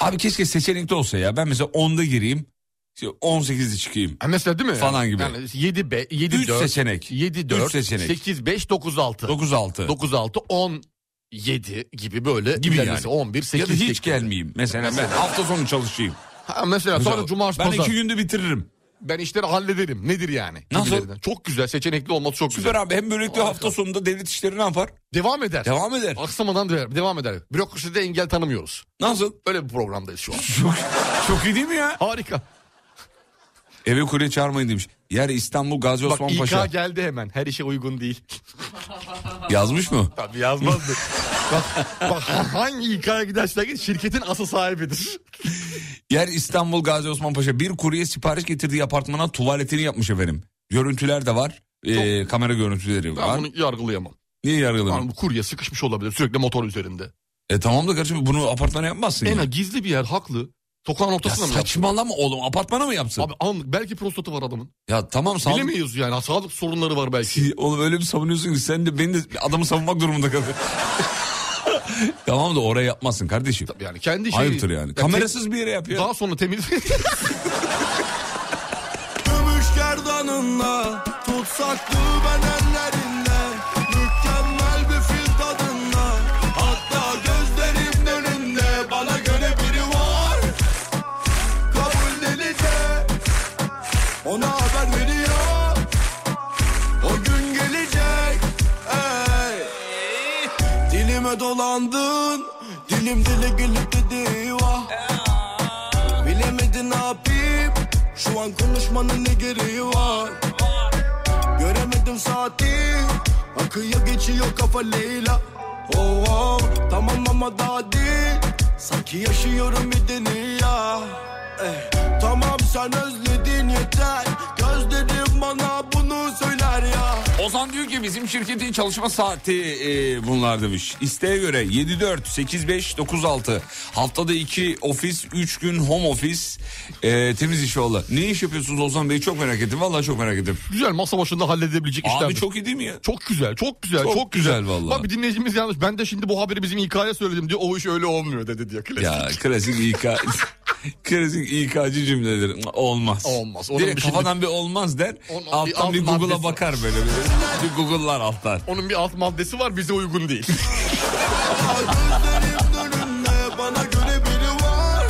Abi keşke seçenekte olsa ya. Ben mesela 10'da gireyim. işte 18'de çıkayım. Ha mesela değil mi? Falan gibi. Yani 7, 5, 7, 3 4, seçenek. 7, Üç 4, seçenek. 8, 5, 9, 6. 9 6. 9, 6, 10, 7 gibi böyle. Gibi ilerlesi. yani. 11, 8, ya da hiç gelmeyeyim. Mesela, ben hafta sonu çalışayım. Ha mesela sonra cuma ben pazar. iki günde bitiririm. Ben işleri hallederim. Nedir yani? Nasıl? Gibilerinden. Çok güzel. Seçenekli olması çok Süper güzel. abi hem böylelikle Harika. hafta sonunda devlet işleri ne yapar? Devam eder. Devam eder. Aksamadan de- devam eder. Bürokraside engel tanımıyoruz. Nasıl? Öyle bir programdayız [laughs] şu an. Çok, çok iyi değil mi ya? Harika. Eve kurye çağırmayın demiş. Yer İstanbul Gazi Bak Osman İK Paşa. geldi hemen. Her işe uygun değil. [laughs] Yazmış mı? Tabii yazmazdı. bak, bak hangi İK'ya gidersen git şirketin asıl sahibidir. Yer İstanbul Gazi Osman Paşa. Bir kurye sipariş getirdiği apartmana tuvaletini yapmış efendim. Görüntüler de var. Ee, kamera görüntüleri Ben var. bunu yargılayamam. Niye yargılamıyor? Yani bu kurye sıkışmış olabilir sürekli motor üzerinde. E tamam da kardeşim bunu apartmana yapmazsın ya. En az gizli bir yer haklı. Sokağın Ya ortasına mı yapsın? saçmalama oğlum apartmana mı yapsın? Abi an, belki prostatı var adamın. ya tamam sağ Bilemiyoruz yani. Sağlık sorunları var belki. Siz- [laughs] Oğlum öyle bir savunuyorsun ki sen de beni de adamı savunmak durumunda [laughs] kalıyorsun. tamam da oraya yapmazsın kardeşim. Yani kendi şeyi. Ayıptır yani. şey- Ya Kamerasız bir yere yap te- ya. Daha sonra temiz. [laughs] Gümüş gerdanınla tutsak ben ellerinde Mükemmel bir fil tadında Hatta gözlerim önünde Bana göre biri var Kabul delice Ona haber veriyor O gün gelecek ey. Dilime dolandın Dilim dile gelip dedi eyvah Bilemedi ne yapayım Şu an konuşmanın ne gereği var Göremedim saati Akıya geçiyor kafa Leyla Oh, oh tamam ama daha değil Sanki yaşıyorum bir dünya Eh, Tamam sen özledin yeter Gözlerim bana bunu söyler ya Ozan diyor ki bizim şirketin çalışma saati e, bunlar demiş. İsteğe göre 7-4, 8-5, 9-6. Haftada 2 ofis, 3 gün home office. E, temiz iş valla. Ne iş yapıyorsunuz Ozan Bey? Çok merak ettim. Vallahi çok merak ettim. Güzel masa başında halledebilecek Abi işler. çok iyi değil mi ya? Çok güzel, çok güzel, Çok çok, güzel güzel. vallahi. Bak bir dinleyicimiz yanlış. Ben de şimdi bu haberi bizim İK'ya söyledim diyor. O iş öyle olmuyor dedi diyor klasik. [laughs] Ya klasik İK... klasik İK'cı cümleleri. Olmaz. Olmaz. Onun Direkt bir şimdi- kafadan bir olmaz der. Onun bir alttan alt bir Google'a maddesi- bakar böyle. Bir, bir Google'lar alttan. Onun bir alt maddesi var bize uygun [laughs] değil. Gözlerim önünde bana göre biri var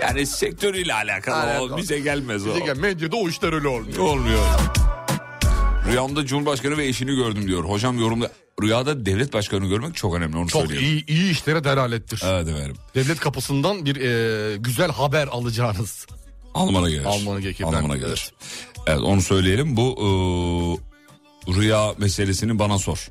Yani sektörüyle alakalı. O Alakalı. bize gelmez o. Bize gel- Medyada o işler öyle olmuyor. Olmuyor. Rüyamda Cumhurbaşkanı ve eşini gördüm diyor. Hocam yorumda rüyada devlet başkanını görmek çok önemli onu Çok söyleyeyim. iyi, iyi işlere delalettir. Evet efendim. Devlet kapısından bir e, güzel haber alacağınız. Almana gelir. Almana gelir. Almana gelir. Evet onu söyleyelim. Bu eee, rüya meselesini bana sor.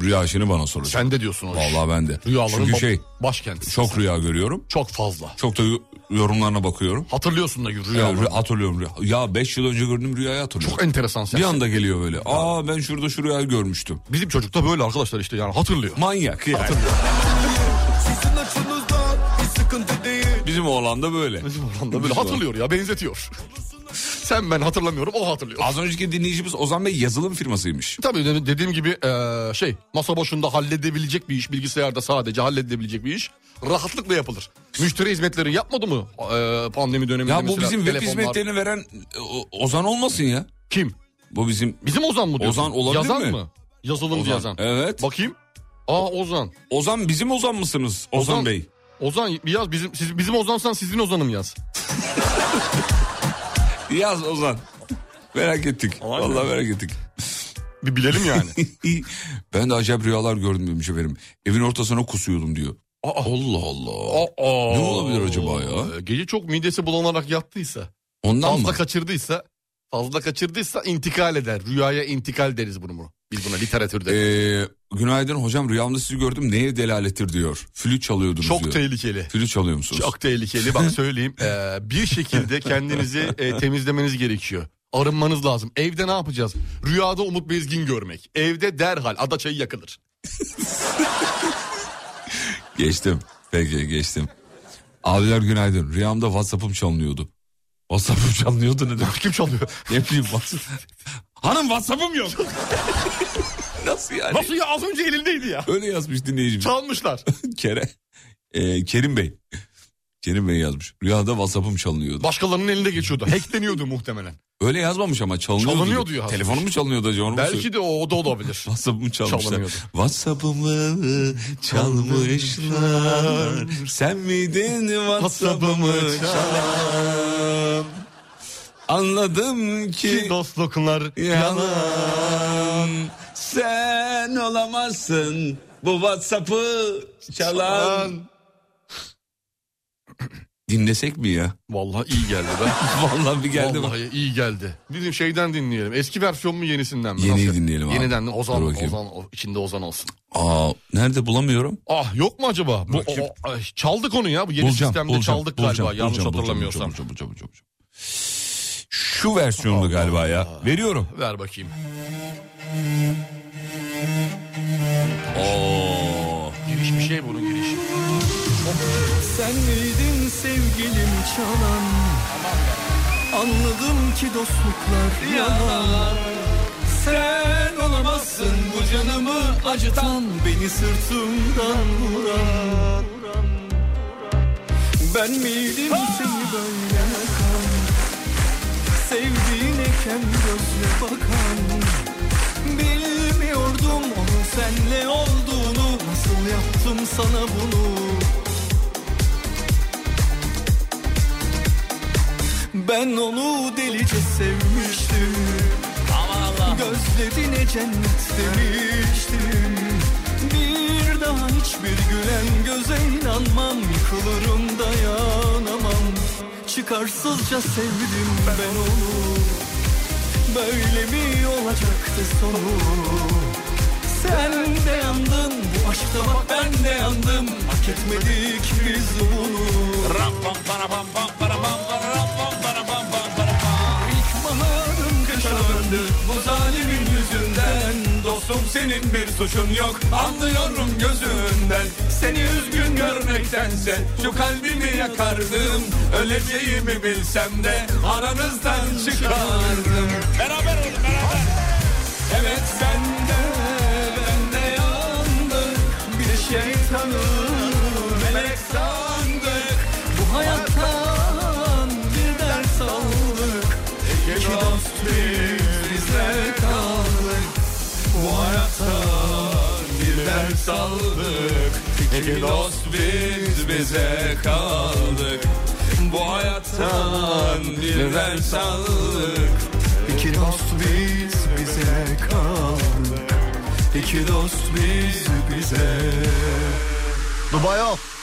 Rüya işini bana sor. Sen de diyorsun o iş. Vallahi ben de. Rüyaların Çünkü ba- şey başkenti. Çok, çok rüya görüyorum. fazla. Çok da yo- yorumlarına bakıyorum. Hatırlıyorsun da Ya, rüyaları. rü- hatırlıyorum. rüya- Ya 5 yıl önce gördüğüm rüyayı hatırlıyorum. çok enteresan sen. bir anda geliyor böyle. Aa ben şurada şu rüyayı görmüştüm. Bizim çocukta böyle arkadaşlar işte yani hatırlıyor. Manyak yani. Sizin açınızdan bir sıkıntı değil Bizim oğlan da böyle. Bizim oğlan da böyle hatırlıyor ya benzetiyor. [laughs] Sen ben hatırlamıyorum o hatırlıyor. Az önceki dinleyicimiz Ozan Bey yazılım firmasıymış. Tabii de- dediğim gibi eee, şey masa başında halledebilecek bir iş bilgisayarda sadece halledebilecek bir iş rahatlıkla yapılır. Müşteri hizmetleri yapmadı mı eee, pandemi döneminde Ya bu mesela bizim web telefonlar- hizmetlerini veren e, o- Ozan olmasın ya. Kim? Bu bizim Bizim Ozan mı diyorsun? Ozan olabilir yazan mi? mı? Yazılımcı Ozan. yazan. Evet. Bakayım. Aa Ozan. Ozan bizim Ozan mısınız Ozan, Ozan- Bey? Ozan bir yaz bizim siz, bizim Ozansan sizin Ozan'ım yaz. Yaz Ozan. [laughs] merak ettik. Vallahi merak ettik. [laughs] Bir bilelim yani. ben de acayip rüyalar gördüm demiş efendim. Evin ortasına kusuyordum diyor. Allah Allah. [laughs] Ne olabilir acaba ya? Ee, Gece çok midesi bulanarak yattıysa, Ondan fazla mı? kaçırdıysa, fazla kaçırdıysa intikal eder. Rüyaya intikal deriz bunu mu? Biz buna literatürde. Ee, günaydın hocam rüyamda sizi gördüm neye delalettir diyor. Flüt çalıyordunuz çok diyor. tehlikeli. Flüt çalıyor musunuz? Çok tehlikeli [laughs] bak söyleyeyim. Ee, bir şekilde kendinizi e, temizlemeniz gerekiyor. Arınmanız lazım. Evde ne yapacağız? Rüyada Umut Bezgin görmek. Evde derhal adaçayı yakılır. Geçtim. Peki geçtim. Abiler günaydın. Rüyamda WhatsApp'ım çalınıyordu. WhatsApp'ım [laughs] çalınıyordu ne demek? Kim çalıyor? Ne bileyim WhatsApp. Hanım WhatsApp'ım yok. Nasıl [laughs] yani? Nasıl ya az önce elindeydi ya. Öyle yazmış dinleyicimiz. Çalmışlar. Kere. Ee, Kerim Bey. Kerim Bey yazmış. Rüyada WhatsApp'ım çalınıyordu. Başkalarının eline geçiyordu. Hackleniyordu muhtemelen. Öyle yazmamış ama çalınıyordu. Çalınıyordu yazmış. Telefonum mu çalınıyordu acaba? Onu mu söylüyor? Belki de o, o da [laughs] olabilir. WhatsApp'ımı çalmışlar. Çalınıyordu. WhatsApp'ımı çalmışlar. Sen miydin WhatsApp'ımı çalan? Anladım ki Ki dostluklar yalan. Sen olamazsın bu WhatsApp'ı çalan. Dinlesek mi ya? Vallahi iyi geldi be. [laughs] Vallahi bir geldi bak. Vallahi iyi geldi. Bizim şeyden dinleyelim. Eski versiyon mu yenisinden mi? Yeniyi Nasıl? dinleyelim abi. Yeniden de Ozan, Dur bakayım. Ozan, o- içinde Ozan olsun. Aa, nerede bulamıyorum? Ah yok mu acaba? Bu, Bakayım. o- o- ay, çaldık onu ya. Bu yeni bulacağım, sistemde bulacağım, çaldık bulacağım, galiba. bulacağım, Yanlış bulacağım, hatırlamıyorsam. bulacağım, bulacağım, bulacağım, bulacağım. Şu versiyonlu galiba ya. Veriyorum. Ver bakayım. Oo. Giriş bir şey bunun girişi. Sen miydin sevgilim çalan Anladım ki dostluklar yalan Sen olamazsın bu canımı acıtan Beni sırtımdan vuran Ben miydim seni böyle yakan Sevdiğine kem gözle bakan Bilmiyordum onun senle olduğunu Nasıl yaptım sana bunu Ben onu delice sevmiştim Gözlerine cennet demiştim Bir Bir daha hiçbir gülen göze inanmam Yıkılırım dayanamam Çıkarsızca sevdim ben onu Böyle mi olacaktı sonu Sen de yandın bu aşkta bak ben de yandım Hak etmedik biz bunu Ram pam para pam pam para pam para ram pam para pam pam para pam İlkbaharım kışa döndü bu zalimin yüzünden Dostum senin bir suçun yok anlıyorum gözünden Seni üzgün görmektense şu kalbimi yakardım Öleceğimi bilsem de aranızdan çıkardım Beraber olun beraber Evet sen de ben de yandık Bir şeytanın melek sandık Bu hayattan bir ders aldık İki dost biz bizle kaldık Bu hayattan bir ders aldık İki dost biz bize kaldık Bu hayattan bir ders aldık İki dost biz bize kaldık İki dost biz bize Dubai off.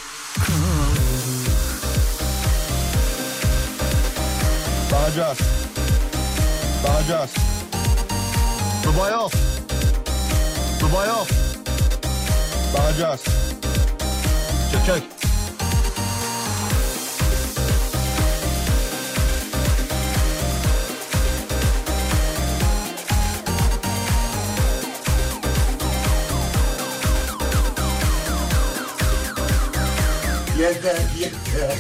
Bağacağız. Bağacağız. Dubai off. Dubai off. Bağacağız. Çek çek. Yeter yeter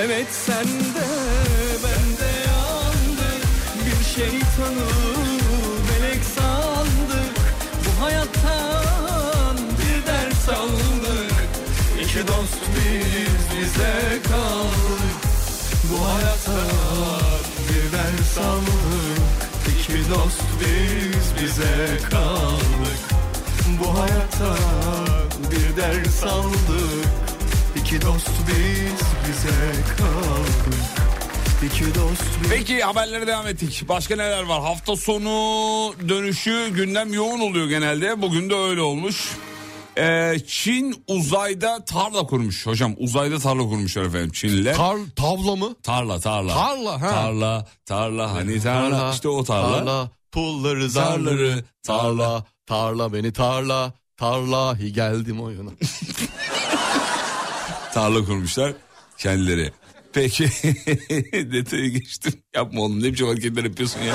Evet sen de ben de yandık Bir şeytanı melek sandık Bu hayattan bir ders aldık İki dost biz bize kaldık Bu hayattan bir ders aldık İki dost biz bize kaldık Bu hayattan bir ders aldık İki dost biz bize kaldık İki dost Peki haberlere devam ettik. Başka neler var? Hafta sonu dönüşü gündem yoğun oluyor genelde. Bugün de öyle olmuş. Ee, Çin uzayda tarla kurmuş hocam. Uzayda tarla kurmuşlar efendim Çinliler. Tar tavla mı? Tarla tarla. Tarla, ha. Tarla tarla hani tarla, işte o tarla. Tarla, pulları, Zarları, zarları, tarla, tarla beni tarla, tarla hi geldim oyuna. Tarla kurmuşlar kendileri. Peki [laughs] detaya geçtim. Yapma oğlum ne biçim hareketler yapıyorsun ya.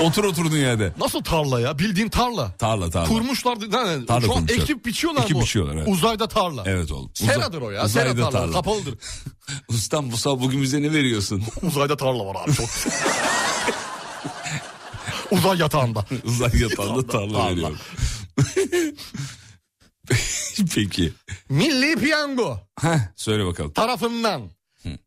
Otur oturduğun yerde. Nasıl tarla ya? Bildiğin tarla. Tarla tarla. Kurmuşlardı. Yani Tarla şu an kurmuşlar. ekip biçiyorlar Ekip bu. biçiyorlar, evet. Uzayda tarla. Evet oğlum. Uza- Seradır o ya. Sera uzayda tarla. [laughs] Kapalıdır. Ustam bu sabah bugün bize ne [laughs] veriyorsun? Uzayda tarla var abi çok. [laughs] Uzay yatağında. Uzay yatağında tarla veriyorum. [laughs] Peki. Milli Piyango Heh, söyle bakalım. tarafından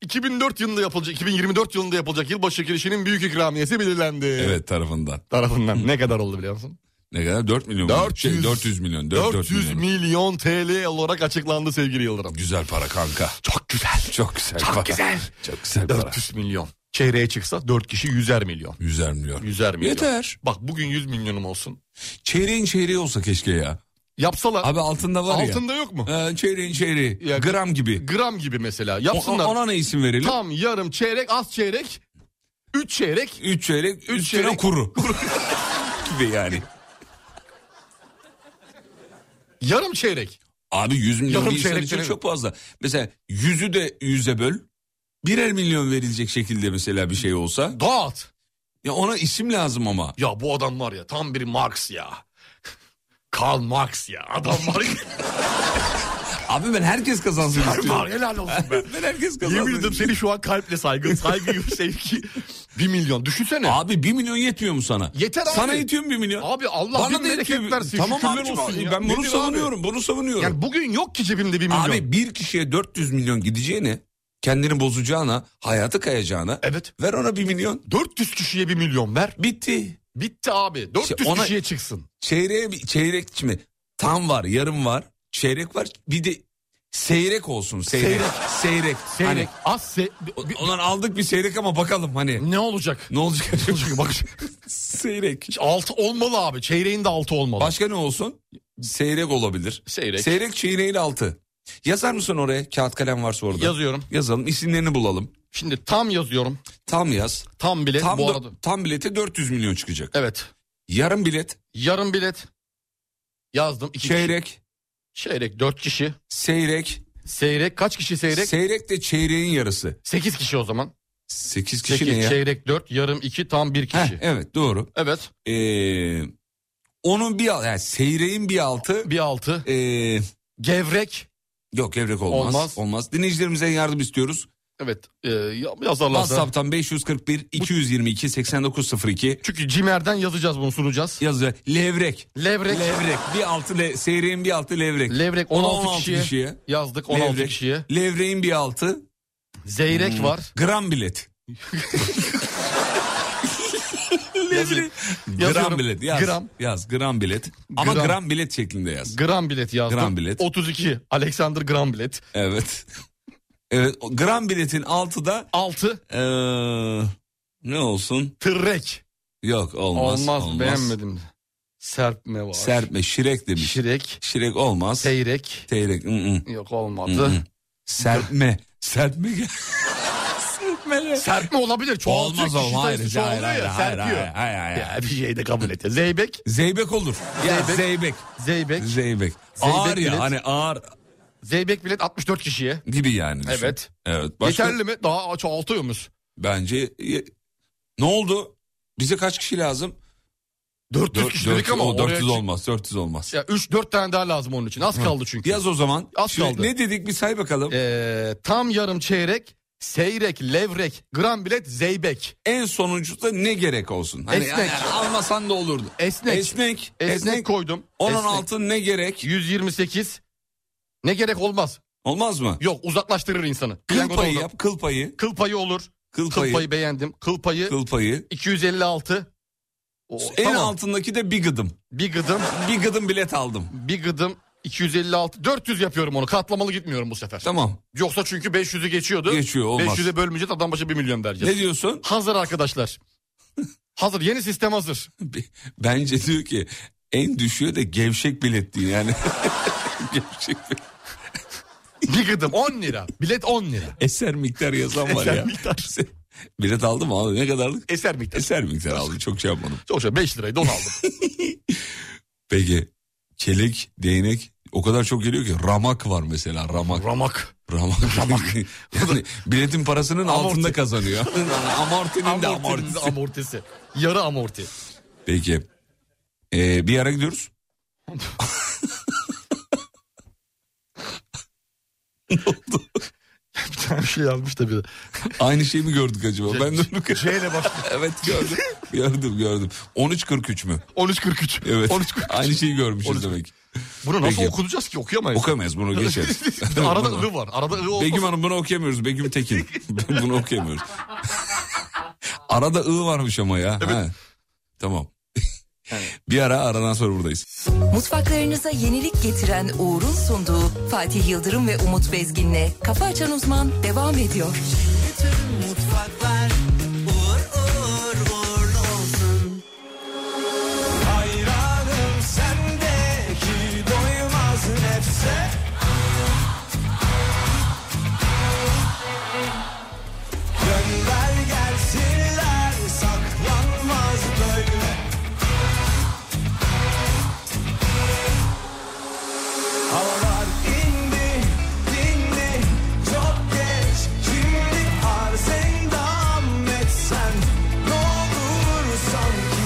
2004 yılında yapılacak 2024 yılında yapılacak yılbaşı girişinin büyük ikramiyesi belirlendi. Evet tarafından. Tarafından ne kadar oldu biliyor musun? Ne kadar? 4 milyon mu? 400 Şey, 400 milyon. 4, 400 milyon. TL olarak açıklandı sevgili Yıldırım. Güzel para kanka. Çok güzel. Çok güzel Çok para. güzel. Çok güzel para. 400 milyon. Çeyreğe çıksa 4 kişi 100'er milyon. 100'er milyon. 100'er milyon. Yeter. Bak bugün 100 milyonum olsun. Çeyreğin çeyreği olsa keşke ya. Yapsalar. Abi altında var ya. altında yok mu? Ee, çeyreğin çeyreği. Ya- gram gibi. Gram gibi mesela. O- Yapsınlar. Ona ne isim verelim? Tam yarım çeyrek az çeyrek. 3 çeyrek. 3 çeyrek, 3 üstüne çeyrek. [laughs] kuru. [laughs] gibi yani. Yarım çeyrek. Abi 100 milyon Yarım bir insan çeyrek için çeyrek. çok fazla. Mesela 100'ü de 100'e böl. Birer milyon verilecek şekilde mesela bir şey olsa. Dağıt. Ya ona isim lazım ama. Ya bu adam var ya tam bir Marx ya. [laughs] Karl Marx ya. Adam var ya. [laughs] Abi ben herkes kazansın istiyorum. Var, helal olsun be. ben herkes kazansın. şey? [laughs] Yemin ederim seni şu an kalple saygı. Saygı [laughs] gibi sevgi. 1 milyon. Düşünsene. Abi 1 milyon yetmiyor mu sana? Yeter abi. Sana yetiyor mu 1 milyon? Abi Allah Bana bin da bereket yetiyor. versin, Tamam şükürler abicim olsun abi, ya. ben Ne bunu diyor abi? savunuyorum. Bunu savunuyorum. Yani bugün yok ki cebimde 1 milyon. Abi bir kişiye 400 milyon gideceğine, kendini bozacağına, hayatı kayacağına Evet. ver ona 1 milyon. 400 kişiye 1 milyon ver. Bitti. Bitti abi. 400 İşte ona- kişiye çıksın. Çeyreğe bir- çeyrek mi? Tam var, yarım var, çeyrek var. Bir de seyrek olsun. Seyrek. Seyrek. Seyrek. Seyrek. Hani Az se... o- ondan aldık bir seyrek ama bakalım hani. Ne olacak? Ne olacak? Bak [laughs] seyrek. 6 olmalı abi. Çeyreğin de 6 olmalı. Başka ne olsun? Seyrek olabilir. Seyrek. Seyrek çeyreğin altı. Yazar mısın oraya? Kağıt kalem varsa orada. Yazıyorum. Yazalım isimlerini bulalım. Şimdi tam yazıyorum. Tam yaz. Tam bilet tam, bu dö- arada. tam bilete 400 milyon çıkacak. Evet. Yarım bilet. Yarım bilet. Yazdım. iki Çeyrek. Kişi. Çeyrek dört kişi. Seyrek. Seyrek kaç kişi seyrek? Seyrek de çeyreğin yarısı. Sekiz kişi o zaman. 8 kişi Sekiz ne ya? çeyrek dört yarım iki tam bir kişi. Evet doğru. Evet. Ee, onun bir al- yani seyreğin bir altı. Bir altı. Ee, gevrek. Yok gevrek olmaz. Olmaz. Olmaz. Dinleyicilerimize yardım istiyoruz. Evet. E, ya- yazarlarsa. WhatsApp'tan 541 222 8902 Çünkü Cimer'den yazacağız bunu sunacağız. yazıyor. Levrek. Levrek. Levrek. Bir altı le, seyreğin bir altı levrek. Levrek 16, kişiye, yazdık 16 Levrek. kişiye. Levreğin bir altı. Zeyrek Hmm. var. Gram bilet. Yazıyorum. Gram bilet. Yaz. Gram. Yaz. Gram bilet. Ama Gram. gram, bilet şeklinde yaz. Gram bilet yazdım. Gram bilet. 32. Alexander Gram bilet. Evet. Evet. o Gram biletin altı da 6. ne olsun? Tırrek. Yok olmaz. Olmaz, beğenmedim. Serpme var. Serpme şirek demiş. Şirek. Şirek olmaz. Seyrek. Teyrek. ı -ı. Yok Hı olmadı. hı. Serpme. Serpme. Serpme olabilir. Çoğaltıyor. Olmaz kişi o. Hayır, sayısı hayır, hayır, çoğalıyor ya, hayır, hayır, serpiyor. hayır, hayır, hayır. Ya bir şey de kabul et. ya. Zeybek. Zeybek olur. Ya Zeybek. zeybek. Zeybek. Zeybek. Zeybek ağır bilet. ya hani ağır Zeybek bilet 64 kişiye. gibi yani. düşün. Evet. Evet. Başka, Yeterli mi? Daha çoğaltıyor muyuz? Bence ye- ne oldu? Bize kaç kişi lazım? 400 Dört- kişi dört- dedik ama o 400 oraya- olmaz. 400 olmaz. Ya 3 4 tane daha lazım onun için. Az kaldı çünkü. Yaz o zaman. Az Şimdi kaldı. Ne dedik bir say bakalım. Ee, tam yarım çeyrek, seyrek, levrek, gram bilet, zeybek. En sonuncu da ne gerek olsun? Hani Esnek. yani almasan da olurdu. Esnek. Esnek. Esnek, koydum. Onun Esnek. altı ne gerek? 128. Ne gerek olmaz. Olmaz mı? Yok uzaklaştırır insanı. Kıl Piyangoda payı uzak- yap. Kıl payı. Kıl payı olur. Kıl Kıl payı, payı. beğendim. Kıl payı Kıl payı. 256. O, En tamam. altındaki de bir gıdım. Bir gıdım, Bir gıdım bilet aldım. bir gıdım 256. 400 yapıyorum onu. Katlamalı gitmiyorum bu sefer. Tamam. Yoksa çünkü 500'ü geçiyordu. Geçiyor, olmaz. 500'e bölmeyeceğiz adam başı 1 milyon vereceğiz. Ne diyorsun? Hazır [laughs] arkadaşlar. hazır yeni sistem hazır. B- Bence diyor ki en düşüğü de gevşek bilet diyor yani. [laughs] gevşek bilet. Bir gıdım 10 lira. Bilet 10 lira. Eser miktar yazan var Eser ya. miktar. bilet aldım abi ne kadarlık? Eser miktarı. Eser miktar aldım çok şey yapmadım. Çok şey 5 lirayı don [laughs] aldım. Peki kelek, değnek o kadar çok geliyor ki ramak var mesela ramak. Ramak. ramak. ramak. [laughs] yani biletin parasının Amorti. altında kazanıyor. Amortinin de Amortinin de amortisi. amortisi. Yarı amorti. Peki. Ee, bir yere gidiyoruz. bir tane şey yazmış da bir de. Aynı şeyi mi gördük acaba? Ben Şey- de onu [laughs] C ile başlıyor. Evet gördüm. gördüm gördüm. 13.43 mü? 13.43. Evet. 13.43. Aynı şeyi görmüşüz 13.43. demek. Bunu nasıl Peki. okuyacağız ki okuyamayız. [laughs] Okuyamayız [laughs] bunu geçeriz. Arada Bunu- ı var. Arada ı olmasa. Begüm Hanım bunu okuyamıyoruz. [laughs] Begüm Tekin. bunu okuyamıyoruz. Arada ı varmış ama ya. Ha. Tamam. bir ara aradan sonra buradayız. Mutfaklarınıza yenilik getiren Uğur'un sunduğu Fatih Yıldırım ve Umut Bezgin'le Kafa Açan Uzman devam ediyor. mutfaklar uğur uğur uğurlu olsun. Hayranım sendeki doymaz nefse. Gönder gelsinler saklanmaz böyle. Havalar indi, dindi, çok geç Şimdi arz endam etsen ne olur sanki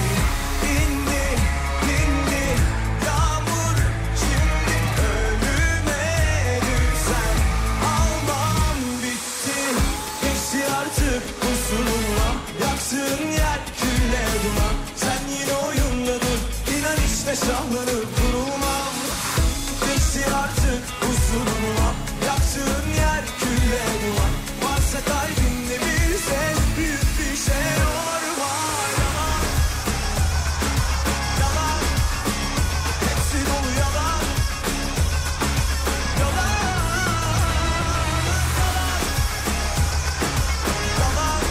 İndi, dindi, yağmur Şimdi ölüme düşsen Almam bitti, geçti artık kusurumla Yaksın yer külle duman Sen yine oyunda dur, inan işte şahlanıp durulmam Bitti artık huzuruma Yaktığın yer külle duman Varsa kalbinde bir ses Büyük bir şey orman Yalan Yalan Hepsi dolu yalan Yalan Yalan Yalan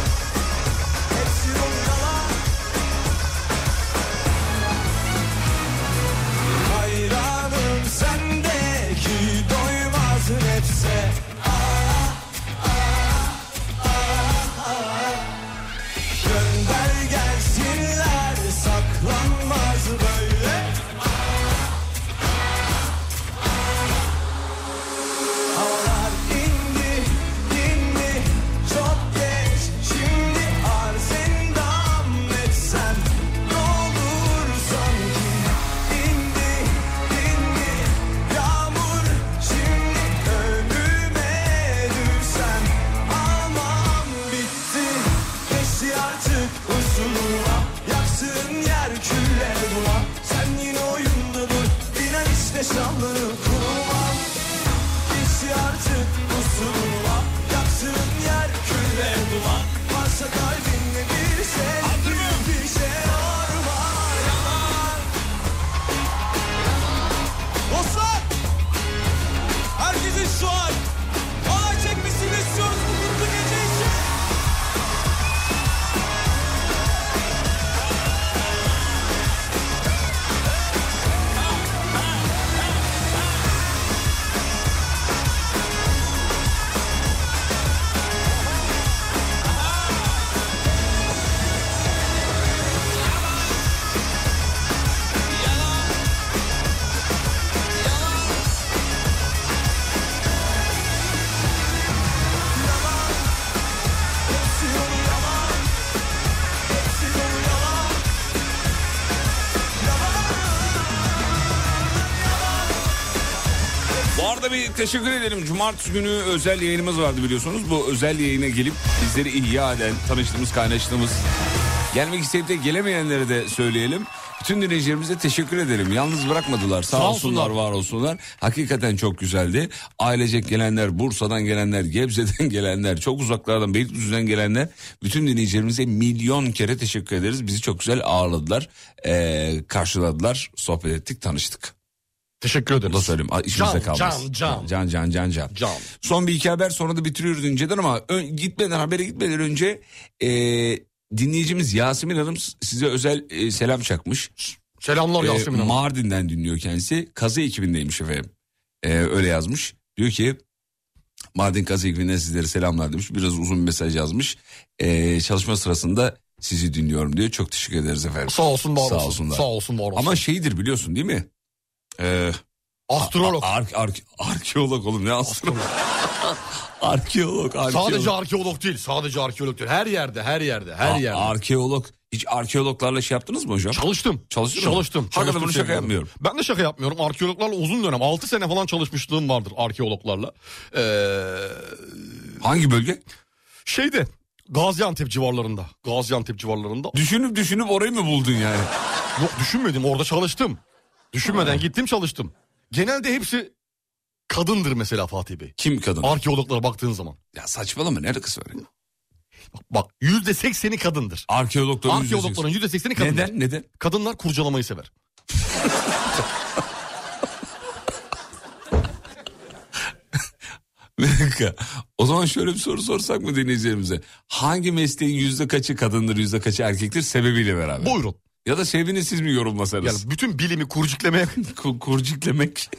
şey. arada bir teşekkür edelim. Cumartesi günü özel yayınımız vardı biliyorsunuz. Bu özel yayına gelip bizleri ihya eden, tanıştığımız, kaynaştığımız, gelmek isteyip de gelemeyenlere de söyleyelim. Bütün dinleyicilerimize teşekkür edelim. Yalnız bırakmadılar. Sağ, Sağ olsunlar, var olsunlar. Hakikaten çok güzeldi. Ailecek gelenler, Bursa'dan gelenler, Gebze'den [laughs] gelenler, çok uzaklardan, Beylikdüzü'den gelenler. Bütün dinleyicilerimize milyon kere teşekkür ederiz. Bizi çok güzel ağırladılar, ee, karşıladılar, sohbet ettik, tanıştık. Teşekkür ederim. Bunu da söyleyeyim. Ay, işimize Can, kalmaz. can, can. Can, can, can, can. Son bir iki haber sonra da bitiriyoruz inceden ama ön- gitmeden, habere gitmeden önce e, dinleyicimiz Yasemin Hanım s- size özel e, selam çakmış. Selamlar E, Yasemin Hanım. Mardin'den dinliyor kendisi. Kazı ekibindeymiş efendim. E, öyle yazmış. Diyor ki Mardin Kazı ekibinden sizlere selamlar demiş. Biraz uzun bir mesaj yazmış. E, çalışma sırasında sizi dinliyorum diyor. Çok teşekkür ederiz efendim. Sağ olsun, var Sağ olsun. olsunlar. Sağ olsun, var olsun. Ama şeydir biliyorsun değil mi? Ee, Astrolog. a- a- ark- ark- arkeolog oğlum ne astrolog? [laughs] arkeolog, arkeolog. Sadece arkeolog değil, sadece arkeolog değil. Her yerde, her yerde, her A- yerde. Arkeolog. Hiç arkeologlarla şey yaptınız mı hocam? Çalıştım. Çalıştın mı? Çalıştım. Hakikaten çalıştım bunu şaka sevgilim. yapmıyorum. Ben de şaka yapmıyorum. Arkeologlarla uzun dönem. 6 sene falan çalışmışlığım vardır arkeologlarla. Ee, Hangi bölge? Şeyde. Gaziantep civarlarında. Gaziantep civarlarında. Düşünüp düşünüp orayı mı buldun yani? Yok düşünmedim. Orada çalıştım. Düşünmeden gittim çalıştım. Genelde hepsi kadındır mesela Fatih Bey. Kim kadın? Arkeologlara baktığın zaman. Ya saçmalama ne alakası var? ya? Bak yüzde sekseni kadındır. Arkeologların Arkeologların yüzde sekseni kadındır. Neden? Neden? [laughs] Kadınlar kurcalamayı sever. Bir dakika. O zaman şöyle bir soru sorsak mı dinleyicilerimize? Hangi mesleğin yüzde kaçı kadındır yüzde kaçı erkektir sebebiyle beraber? Buyurun. Ya da sebebini siz mi yorumlasanız? Yani bütün bilimi [laughs] kurciklemeye... Ku- kurciklemek.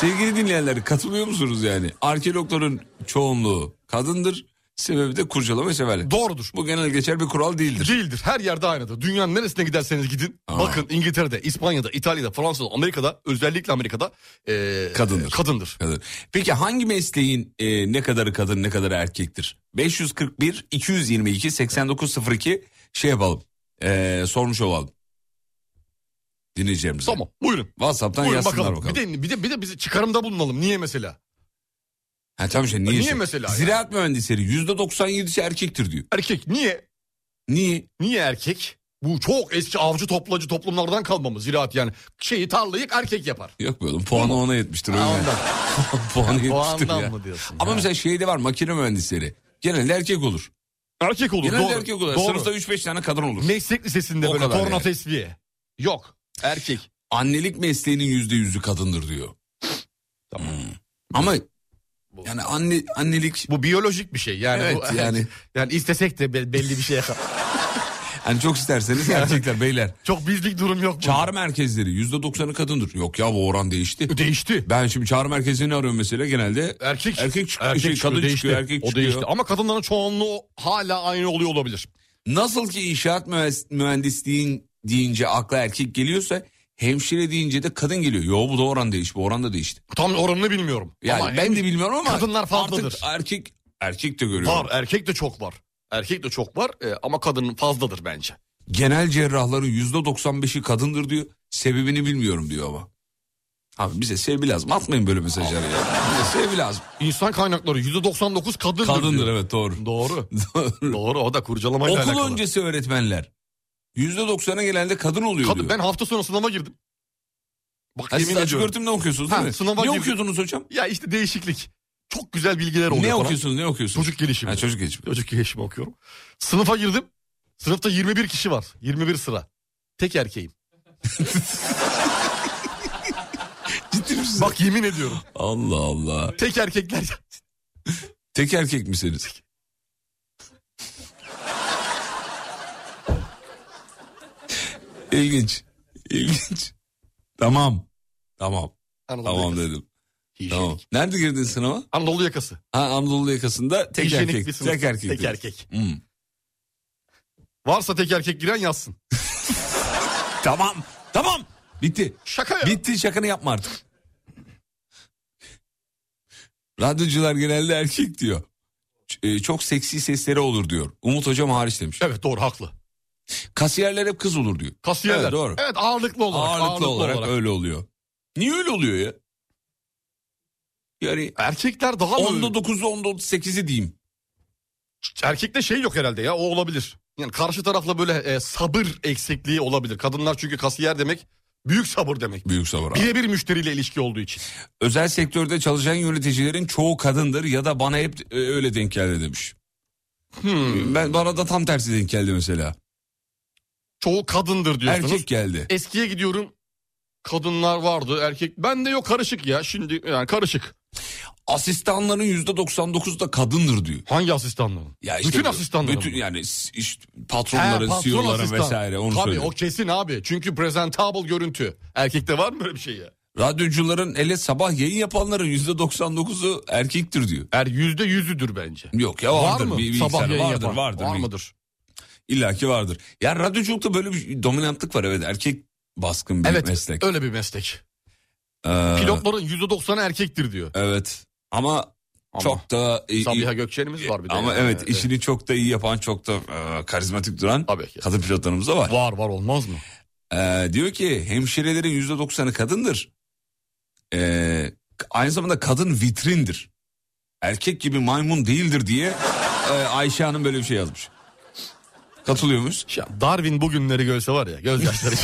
Sevgili dinleyenler katılıyor musunuz yani? Arkeologların çoğunluğu kadındır. Sebebi de kurcalama severlik. Doğrudur. Bu genel geçer bir kural değildir. Değildir. Her yerde aynıdır. Dünyanın neresine giderseniz gidin. Bakın İngiltere'de, İspanya'da, İtalya'da, Fransa'da, Amerika'da özellikle Amerika'da ee, Kadındır. kadındır. Kadın. Peki hangi mesleğin e, ne kadarı kadın ne kadarı erkektir? 541 222 8902 şey yapalım. e, sormuş olalım. Dinleyeceğimize. Tamam buyurun. WhatsApp'tan Buyurun yazsınlar bakalım. Bir de bakalım. bir de bir de bizi çıkarımda bulunalım. Niye mesela? Ha, tamam işte niye? Niye işte? mesela yani? Ziraat mühendisleri %97'si erkektir diyor. Erkek niye? Niye? Niye erkek? Bu çok eski avcı toplacı toplumlardan kalmamız ziraat yani. Şeyi tarlayı erkek yapar. Yok be oğlum puanı ona yetmiştir. öyle. ondan. puanı Ya, yetmiştir puandan ya. mı diyorsun Ama ya? mesela şeyde var makine mühendisleri. Genelde erkek olur. Erkek olur Genelde doğru. erkek olur. Doğru. Sınıfta 3-5 tane kadın olur. Meslek lisesinde O böyle kadar torna yani. tesviye. Yok. Erkek. annelik mesleğinin yüzde yüzü kadındır diyor. Tamam. Hmm. Ama yani anne annelik Bu biyolojik bir şey yani. Evet, bu, yani. [laughs] Yani istesek de be- belli bir şeye hani çok isterseniz [laughs] erkekler beyler. Çok bizlik durum yok. bu. Çağrı merkezleri yüzde doksanı kadındır. Yok ya bu oran değişti. Değişti. Ben şimdi çağrı merkezini arıyorum mesela genelde. Erkek Erkek çık- şey, kadın çıkıyor, erkek o çıkıyor. değişti. Ama kadınların çoğunluğu hala aynı oluyor olabilir. Nasıl ki inşaat mühendis- mühendisliğin deyince akla erkek geliyorsa hemşire deyince de kadın geliyor. Yo bu da oran değişti bu oran da değişti. Tam oranını bilmiyorum. Yani Ama ben de bilmiyorum ama kadınlar fazladır. artık erkek erkek de görüyorum. var, erkek de çok var. Erkek de çok var e, ama kadının fazladır bence. Genel cerrahların yüzde 95'i kadındır diyor. Sebebini bilmiyorum diyor ama. Abi bize sevgi lazım. Atmayın böyle mesajları ya. Bize sevgi lazım. İnsan kaynakları %99 kadındır. Kadındır diyor. evet [laughs] doğru. Doğru. Doğru o da kurcalamayla Okul alakalı. öncesi öğretmenler. Yüzde 90'a genelde kadın oluyor Kadın, diyor. ben hafta sonu sınava girdim. Bak Ha, yemin siz açık ediyorum. öğretimde okuyorsunuz değil Ha, mi? sınava ne girdim. okuyordunuz hocam? Ya işte değişiklik. Çok güzel bilgiler oluyor. ne falan. okuyorsunuz ne okuyorsunuz? Çocuk gelişimi. Ha, çocuk geçimi. Çocuk gelişimi okuyorum. Sınıfa girdim. Sınıfta 21 kişi var. 21 sıra. Tek erkeğim. [laughs] Ciddi misiniz? Bak yemin ediyorum. Allah Allah. Tek erkekler. Tek erkek misiniz? İlginç. İlginç. Tamam. Tamam. Anadolu Tamam yakası. dedim. Hijyenik. Tamam. Nerede girdin sınava? Anadolu yakası. Ha Anadolu yakasında tek Hijyenik bir erkek. sınıf. Tek erkek. Tek dedi. erkek. Hmm. Varsa tek erkek giren yazsın. Tamam. Tamam. Bitti. Şaka ya. Bitti şakanı yapma artık. Radyocular genelde erkek diyor. Ç- e, Çok seksi sesleri olur diyor. Umut hocam hariç demiş. Evet doğru haklı. Kasiyerler hep kız olur diyor. Kasiyerler. Evet, doğru. Evet ağırlıklı olarak. Ağırlıklı, olarak, öyle oluyor. Niye öyle oluyor ya? Yani erkekler daha mı? 10'da 9'u 10'da 38'i diyeyim. Erkekte şey yok herhalde ya o olabilir. Yani karşı tarafla böyle e, sabır eksikliği olabilir. Kadınlar çünkü kasiyer demek büyük sabır demek. Büyük sabır abi. Birebir müşteriyle ilişki olduğu için. Özel sektörde çalışan yöneticilerin çoğu kadındır ya da bana hep e, öyle denk geldi demiş. Hmm. Ben bana da tam tersi denk geldi mesela. Çoğu kadındır diyorsunuz. Erkek geldi. Eskiye gidiyorum kadınlar vardı erkek. Ben de yok karışık ya şimdi yani karışık. Asistanların %99'u da kadındır diyor. Hangi asistanların? Ya işte bütün bu- asistanların. Bütün mı? yani s- iş- patronların, He, patron CEO'ların asistan. vesaire onu Tabii söylüyor. o kesin abi. Çünkü presentable görüntü. Erkekte var mı böyle bir şey ya? Radyocuların ele sabah yayın yapanların %99'u erkektir diyor. Er %100'üdür bence. Yok ya Var vardır. mı? Bir, bir Sabah insan yayın vardır, yapan. vardır. Var Bir- mıdır? İlla ki vardır. Ya radyoculukta böyle bir dominantlık var evet. Erkek baskın bir Evet meslek. öyle bir meslek. Ee, Pilotların %90'ı erkektir diyor. Evet ama, çok da... iyi- Sabiha Gökçen'imiz var bir de. Ama yani. evet işini çok da iyi yapan çok da e, karizmatik duran kadın pilotlarımız da var. Var var olmaz mı? Ee, diyor ki hemşirelerin yüzde doksanı kadındır. Ee, aynı zamanda kadın vitrindir. Erkek gibi maymun değildir diye e, Ayşe Hanım böyle bir şey yazmış. Katılıyor muyuz? Darwin bugünleri görse var ya [laughs] gözyaşları.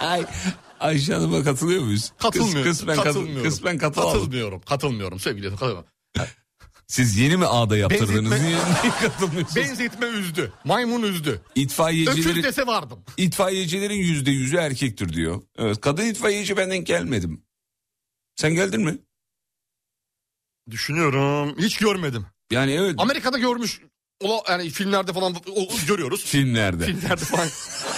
Ay, Ayşe Hanım'a katılıyor muyuz? Kıs- Katılmıyorum. kısmen katı- katılmıyorum. kısmen katılalım. katılmıyorum. Katılmıyorum sevgili. Katılmıyorum. Siz yeni mi ağda yaptırdınız? Benzetme- Niye, [laughs] niye katılmıyorsunuz? Benzetme üzdü. Maymun üzdü. Öküz İtfaiyecilerin, dese vardım. itfaiyecilerin yüzde yüzü erkektir diyor. Evet, kadın itfaiyeci benden gelmedim. Sen geldin mi? Düşünüyorum. Hiç görmedim. Yani evet. Amerika'da görmüş. Ola, yani filmlerde falan o- o- görüyoruz. Filmlerde. Filmlerde [laughs] falan.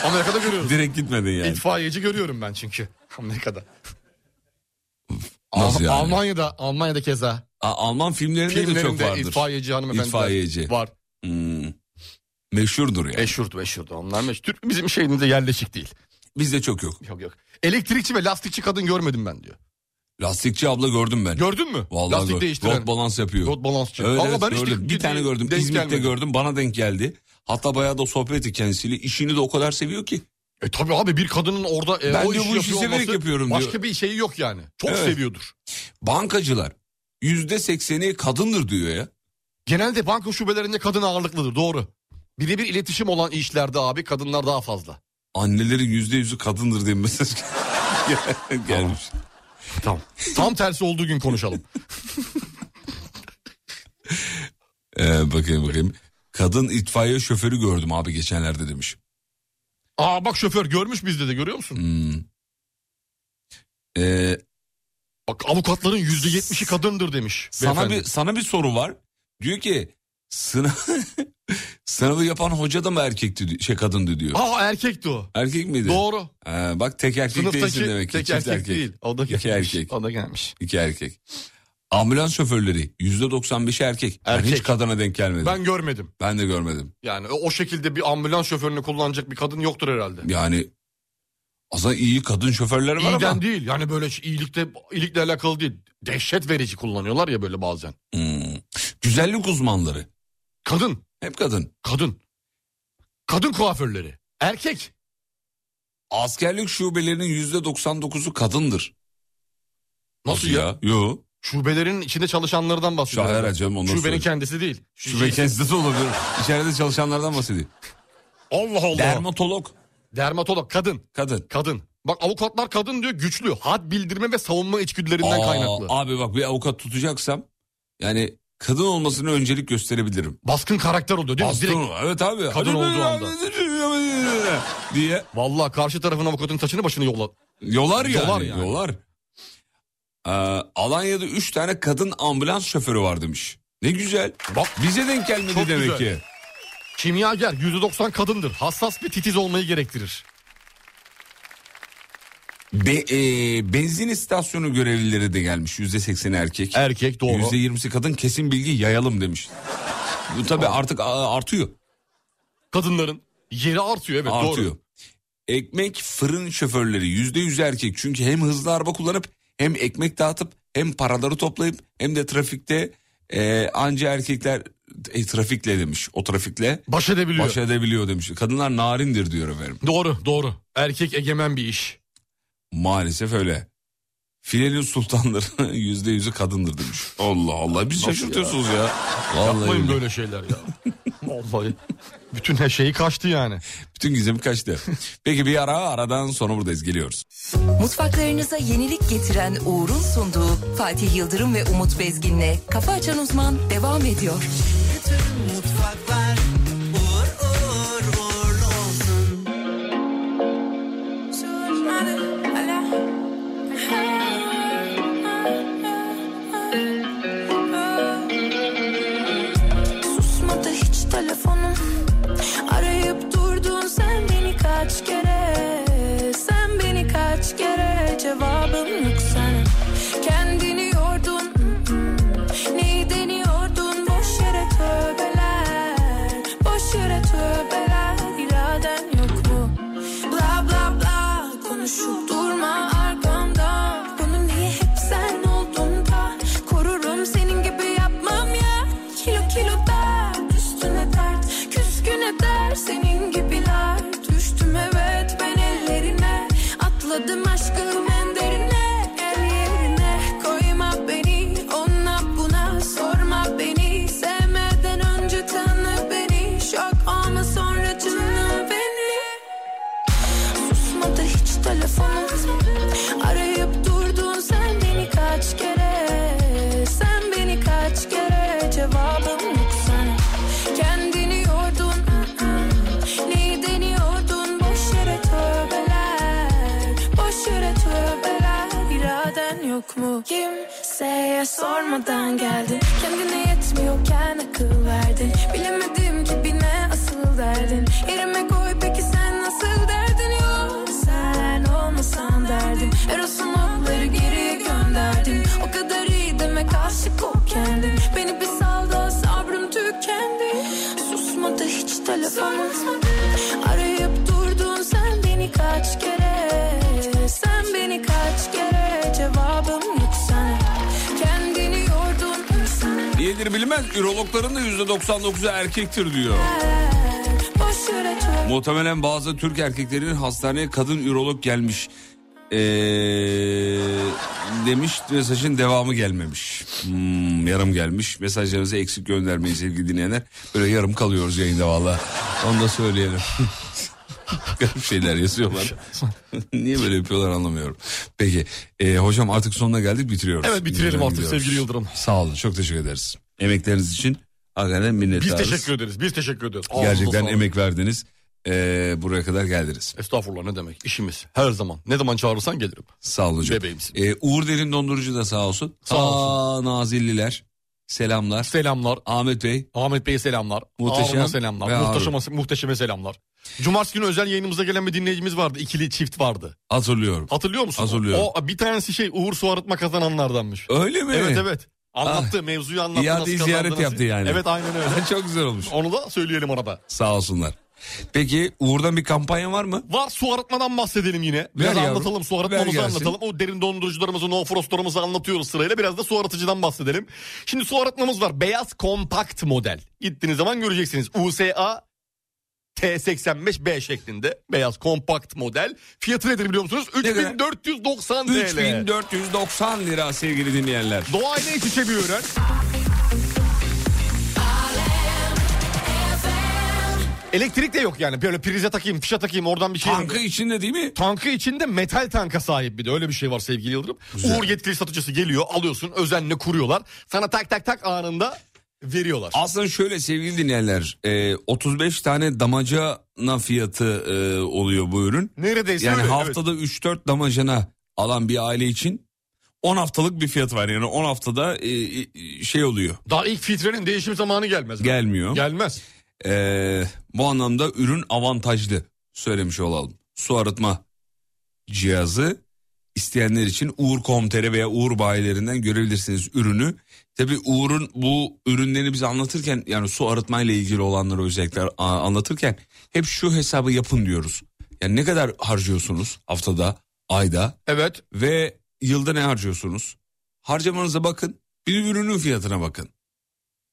Amerika'da görüyoruz. Direkt gitmedin yani. İtfaiyeci görüyorum ben çünkü. Amerika'da. Nasıl Al- yani? Almanya'da, Almanya'da keza. A- Alman filmlerinde, de çok Filmlerinde vardır. itfaiyeci hanımefendiler İtfaiyeci. var. Hmm. Meşhurdur yani. Meşhurdu meşhurdu onlar meşhur. Türk bizim şeyimizde yerleşik değil. Bizde çok yok. Yok yok. Elektrikçi ve lastikçi kadın görmedim ben diyor. Lastikçi abla gördüm ben. Gördün mü? Vallahi Lastik gördüm. değiştiren. Rot balans yapıyor. Rot balansçı. Evet, Vallahi evet, ben hiç gördüm. denk- bir tane gördüm. denk İzmit'te gelmedi. gördüm. Bana denk geldi. Hatta bayağı da sohbet etti kendisiyle. İşini de o kadar seviyor ki. E tabii abi bir kadının orada e, Ben o diyor işi bu işi yapıyor severek olması yapıyorum başka diyor. bir şeyi yok yani. Çok Evet. seviyordur. Bankacılar yüzde sekseni kadındır diyor ya. Genelde banka şubelerinde kadın ağırlıklıdır doğru. Birebir iletişim olan işlerde abi kadınlar daha fazla. Annelerin yüzde yüzü kadındır diye mesaj [laughs] gel- gelmiş. Tamam. Tam tersi olduğu gün [laughs] konuşalım. Ee, bakayım bakayım. Kadın itfaiye şoförü gördüm abi geçenlerde demiş. Aa bak şoför görmüş bizde de görüyor Hmm. musun? Ee, Bak avukatların yüzde yetmişi kadındır demiş. Sana beyefendi. bir sana bir soru var. Diyor ki sınav [laughs] sınavı yapan hoca da mı erkekti di- şey kadındı diyor. Aa erkekti o. Erkek miydi? Doğru. Ha, bak tek erkek değilsin Sınıftaki demek ki. tek Çift erkek, değil. O da İki gelmiş. erkek. O da gelmiş. İki erkek. Ambulans şoförleri yüzde doksan beşi erkek. Ben Erkek. hiç kadına denk gelmedim. Ben, Ben görmedim. de görmedim. Yani o o şekilde bir ambulans şoförünü kullanacak bir kadın yoktur herhalde. Yani aslında iyi kadın şoförler var İyiden ama. değil. Yani böyle şey- iyilikte iyilikle alakalı değil. Dehşet verici kullanıyorlar ya böyle bazen. Hmm. Güzellik uzmanları. Kadın, Hep kadın. kadın. Kadın kuaförleri. Erkek. Askerlik şubelerinin yüzde doksan dokuzu kadındır. Nasıl ya? Yo. Şubelerin içinde çalışanlardan bahsediyorum. Şahane canım, ondan Şubenin sonra. kendisi değil. Şu- şey- Şube kendisi de olabilir. İçeride çalışanlardan bahsediyor. Allah Allah. Dermatolog Dermatolog kadın. kadın. Kadın. Bak avukatlar kadın diyor güçlü. Had bildirme ve savunma içgüdülerinden Aa, kaynaklı. Abi bak bir avukat tutacaksam yani kadın olmasına öncelik gösterebilirim. Baskın karakter oluyor değil mi? Bastın Direkt mı? Evet abi. kadın olduğu anda. Diye. Vallahi karşı tarafın avukatın saçını başını yolla. Yolar yani. Yolar Yolar. yani. Ee, Alanya'da 3 tane kadın ambulans şoförü var demiş. Ne güzel. Bak bize denk gelmedi Çok güzel. demek ki. Kimyager %90 kadındır. Hassas ve titiz olmayı gerektirir. Be- e, benzin istasyonu görevlileri de gelmiş. %80'i erkek. Erkek doğru. %20'si kadın kesin bilgi yayalım demiş. Bu tabii artık a- artıyor. Kadınların yeri artıyor evet artıyor. doğru. Ekmek fırın şoförleri yüzde yüz erkek. Çünkü hem hızlı araba kullanıp hem ekmek dağıtıp hem paraları toplayıp hem de trafikte e, anca erkekler e, trafikle demiş. O trafikle Baş edebiliyor. baş e- edebiliyor demiş. Kadınlar narindir diyor efendim. Doğru doğru. Erkek egemen bir iş. Maalesef öyle. Filenin sultanları [laughs] yüzde yüzü kadındır demiş. Allah Allah biz Nasıl şaşırtıyorsunuz ya. ya? Yapmayın billahi. böyle şeyler [laughs] ya. Vallahi. Bütün her şeyi kaçtı yani. Bütün gizem kaçtı. Peki bir ara aradan sonra buradayız geliyoruz. Mutfaklarınıza yenilik getiren Uğur'un sunduğu Fatih Yıldırım ve Umut Bezgin'le Kafa Açan Uzman devam ediyor. Mutfaklar uğur uğur uğurlu olsun. Susmadı hiç telefonum Arayıp durdun sen beni kaç kere Sen beni kaç kere cevabım yok sana Kendini yordun Neyi deniyordun boş yere tövbeler Boş yere tövbeler iraden yok mu Bla bla bla konuşup durma arkamda Bunu niye hep sen oldun da Korurum senin gibi yapmam ya Kilo kilo dert üstüne dert Küskün eder senin gibiler Düştüm evet ben ellerine Atladım aşkım en derine Gel yerine koyma beni Ona buna sorma beni Sevmeden önce tanı beni Şok olma sonra canım beni Susmadı hiç telefonum Arayıp durdun sen beni kaç kere Sen beni kaç kere cevabım yok sana Kendini yordun Neyi deniyordun boş yere tövbeler Boş yere tövbeler iraden yok mu Kimseye sormadan geldin Kendine yetmiyorken akıl verdin Bilemedim ki bir ne asıl derdin Yerime koy peki sen nasıl derdin Yok sen olmasan derdin Eros'un okları geri gönderdin O kadar iyi demek aşık ol kendin Beni bir sal da sabrım tükendi Susmadı hiç telefonum Arayıp durdun sen beni kaç kere Sen beni kaç kere cevabım yok sana Kendini yordun Niyedir bilmez ürologların da yüzde 99'u erkektir diyor. Boş yere tövbe Muhtemelen bazı Türk erkeklerinin hastaneye kadın ürolog gelmiş. Ee, demiş mesajın devamı gelmemiş. Hmm, yarım gelmiş. Mesajlarınızı eksik göndermeyin sevgili dinleyenler. Böyle yarım kalıyoruz yayında valla. Onu da söyleyelim. [laughs] Garip şeyler yazıyorlar. [laughs] Niye böyle yapıyorlar anlamıyorum. Peki ee, hocam artık sonuna geldik bitiriyoruz. Evet, bitirelim Güzel artık gidiyoruz. sevgili Yıldırım. Sağ olun çok teşekkür ederiz. Emekleriniz için hakikaten Biz minnettarız. teşekkür ederiz. Biz teşekkür ederiz. Ağzınıza Gerçekten sağlık. emek verdiniz. Ee, buraya kadar geldiniz. Estağfurullah ne demek işimiz her zaman. Ne zaman çağırırsan gelirim. Sağ olun hocam. Bebeğimsin. Ee, Uğur Derin Dondurucu da sağ olsun. Sağ olsun. Ta Nazilliler. Selamlar. Selamlar. Ahmet Bey. Ahmet Bey'e selamlar. Muhteşem Harun'a selamlar. ve Muhteşeme, muhteşeme selamlar. Cumartesi günü özel yayınımıza gelen bir dinleyicimiz vardı. İkili çift vardı. Hatırlıyorum. Hatırlıyor musun? Hatırlıyorum. O bir tanesi şey Uğur su arıtma kazananlardanmış. Öyle mi? Ah. Evet [laughs] evet. Anlattı mevzuyu anlattı. İade nasıl ziyaret kazandı, nasıl- yaptı yani. Evet aynen öyle. Çok güzel olmuş. Onu da söyleyelim arada. Sağ olsunlar. Peki Uğur'dan bir kampanya var mı? Var su arıtmadan bahsedelim yine. Biraz yavrum, anlatalım su ver arıtmamızı gelsin. anlatalım. O derin dondurucularımızı, no frostlarımızı anlatıyoruz sırayla. Biraz da su arıtıcıdan bahsedelim. Şimdi su arıtmamız var. Beyaz kompakt model. Gittiğiniz zaman göreceksiniz. USA T85B şeklinde beyaz kompakt model. Fiyatı nedir biliyor musunuz? 3490 TL. 3490 lira sevgili dinleyenler. Doğayla iç içe bir ürün. Elektrik de yok yani. Böyle prize takayım, fişe takayım oradan bir şey. Tankı içinde değil mi? Tankı içinde metal tanka sahip bir de öyle bir şey var sevgili Yıldırım. Uğur yetkili satıcısı geliyor alıyorsun özenle kuruyorlar. Sana tak tak tak anında veriyorlar. Aslında şöyle sevgili dinleyenler e, 35 tane damacana fiyatı e, oluyor bu ürün. Neredeyse Yani öyle, haftada 3-4 damacana alan bir aile için 10 haftalık bir fiyat var. Yani 10 haftada e, e, şey oluyor Daha ilk filtrenin değişim zamanı gelmez. gelmiyor. Gelmez. E, bu anlamda ürün avantajlı söylemiş olalım. Su arıtma cihazı isteyenler için Uğur.com.tr veya Uğur bayilerinden görebilirsiniz ürünü. Tabi Uğur'un bu ürünlerini bize anlatırken yani su arıtmayla ilgili olanları özellikle a- anlatırken hep şu hesabı yapın diyoruz. Yani ne kadar harcıyorsunuz haftada, ayda Evet. ve yılda ne harcıyorsunuz? Harcamanıza bakın bir ürünün fiyatına bakın.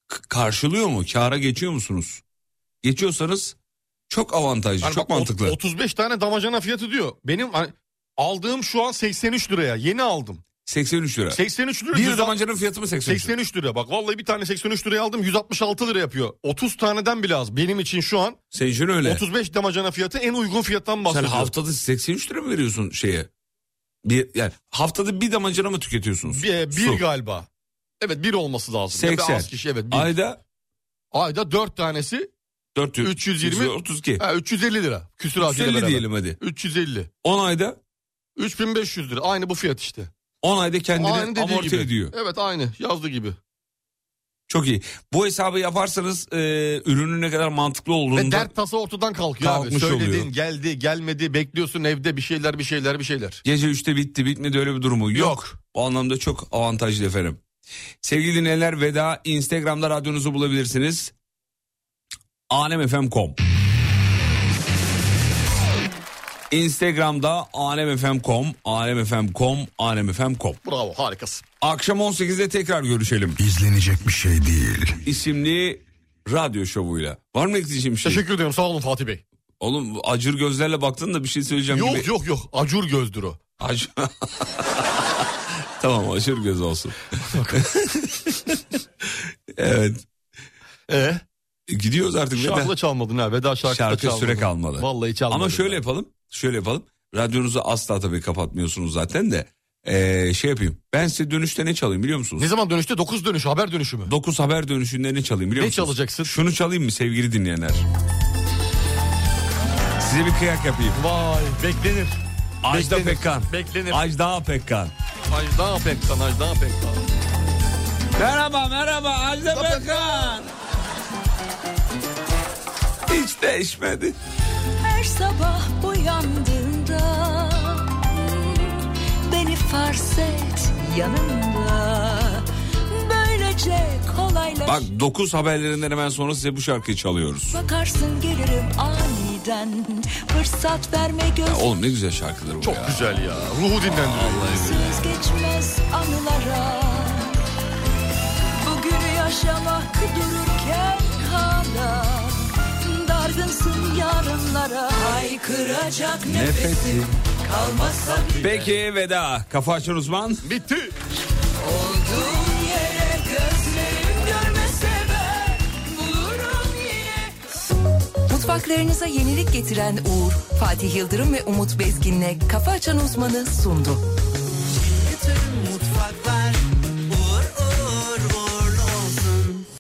K- karşılıyor mu? Kâra geçiyor musunuz? Geçiyorsanız çok avantajlı, Yani çok bak, mantıklı. ot- hani, 35 tane damacana fiyatı diyor. Benim hani, aldığım şu an 83 liraya yeni aldım. 83 lira. 83 lira. Bir Düz- damacanın fiyatı mı 83 lira? 83 lira. Bak vallahi bir tane 83 liraya aldım 166 lira yapıyor. 30 taneden bile az. Benim için şu an Senin için öyle. 35 damacana fiyatı en uygun fiyattan Sen bahsediyorum. haftada 83 lira mı veriyorsun şeye? Bir, yani haftada bir damacana mı tüketiyorsunuz? Bir, bir Su. galiba. Evet bir olması lazım. 80. Ya da Az kişi evet. Bir. Ayda? Ayda 4 tanesi 400. 320. 32. Ha, 350 lira. Küsür harcıyla 350 beraber. diyelim hadi. 350. 10 ayda? 3500 lira. Aynı bu fiyat işte. 10 ayda kendini Aynı dediği amorti gibi. ediyor. Evet aynı yazdığı gibi. Çok iyi. Bu hesabı yaparsanız e, ürünün ne kadar mantıklı Ve olduğunda E, dert tası ortadan kalkıyor abi. Kalkmış Söyledin oluyor. geldi gelmedi bekliyorsun evde bir şeyler bir şeyler bir şeyler. gece 3'te bitti bitmedi öyle bir durumu yok. Bu anlamda çok avantajlı efendim. Sevgili dinleyenler veda Instagram'da radyonuzu bulabilirsiniz. E alemfm.com Instagram'da E alemfm.com alemfm.com alemfm.com Bravo harikasın. Akşam 18'de tekrar görüşelim. İzlenecek bir şey değil. İsimli radyo şovuyla. Var mı ekleyeceğim bir şey? Teşekkür ediyorum sağ olun Fatih Bey. Oğlum acır gözlerle baktın da bir şey söyleyeceğim Yok gibi. yok yok acur gözdür o. Acı- [laughs] tamam aşırı göz olsun. [laughs] evet. Ee? Gidiyoruz artık. veda. Şarkı da çalmadın ha veda şarkı, da Şarkı çalmadın. süre kalmadı. Vallahi çalmadın. Ama şöyle yapalım. Şöyle yapalım. Radyonuzu asla tabii kapatmıyorsunuz zaten de. Ee, şey yapayım. Ben size dönüşte ne çalayım biliyor musunuz? Ne zaman dönüşte 9 dönüş haber dönüşü mü? 9 haber dönüşünde ne çalayım biliyor Ne musunuz? çalacaksın? Şunu çalayım mı sevgili dinleyenler? Size bir kıyak yapayım. Vay beklenir. Ajda Beklenir. Pekkan. Beklenir. Ajda Pekkan. Ajda Pekkan Ajda Pekkan. Merhaba merhaba Ajda Pekkan. Hiç değişmedi. Her sabah uyandığında Beni farz et yanında Böylece kolaylaş Bak 9 haberlerinden hemen sonra size bu şarkıyı çalıyoruz. Bakarsın gelirim aniden Fırsat verme göz Ya oğlum ne güzel şarkılar bu Çok ya. güzel ya ruhu dinlendiriyor. Söz geçmez anılara Bugünü yaşamak dururken hala Dargınsın yarınlara Haykıracak nefesim kalmasa bile Peki veda. Kafa açan uzman. Bitti. Olduğum yere gözlerim görmese ben bulurum yine Mutfaklarınıza yenilik getiren Uğur, Fatih Yıldırım ve Umut Bezgin'le Kafa Açan Uzman'ı sundu.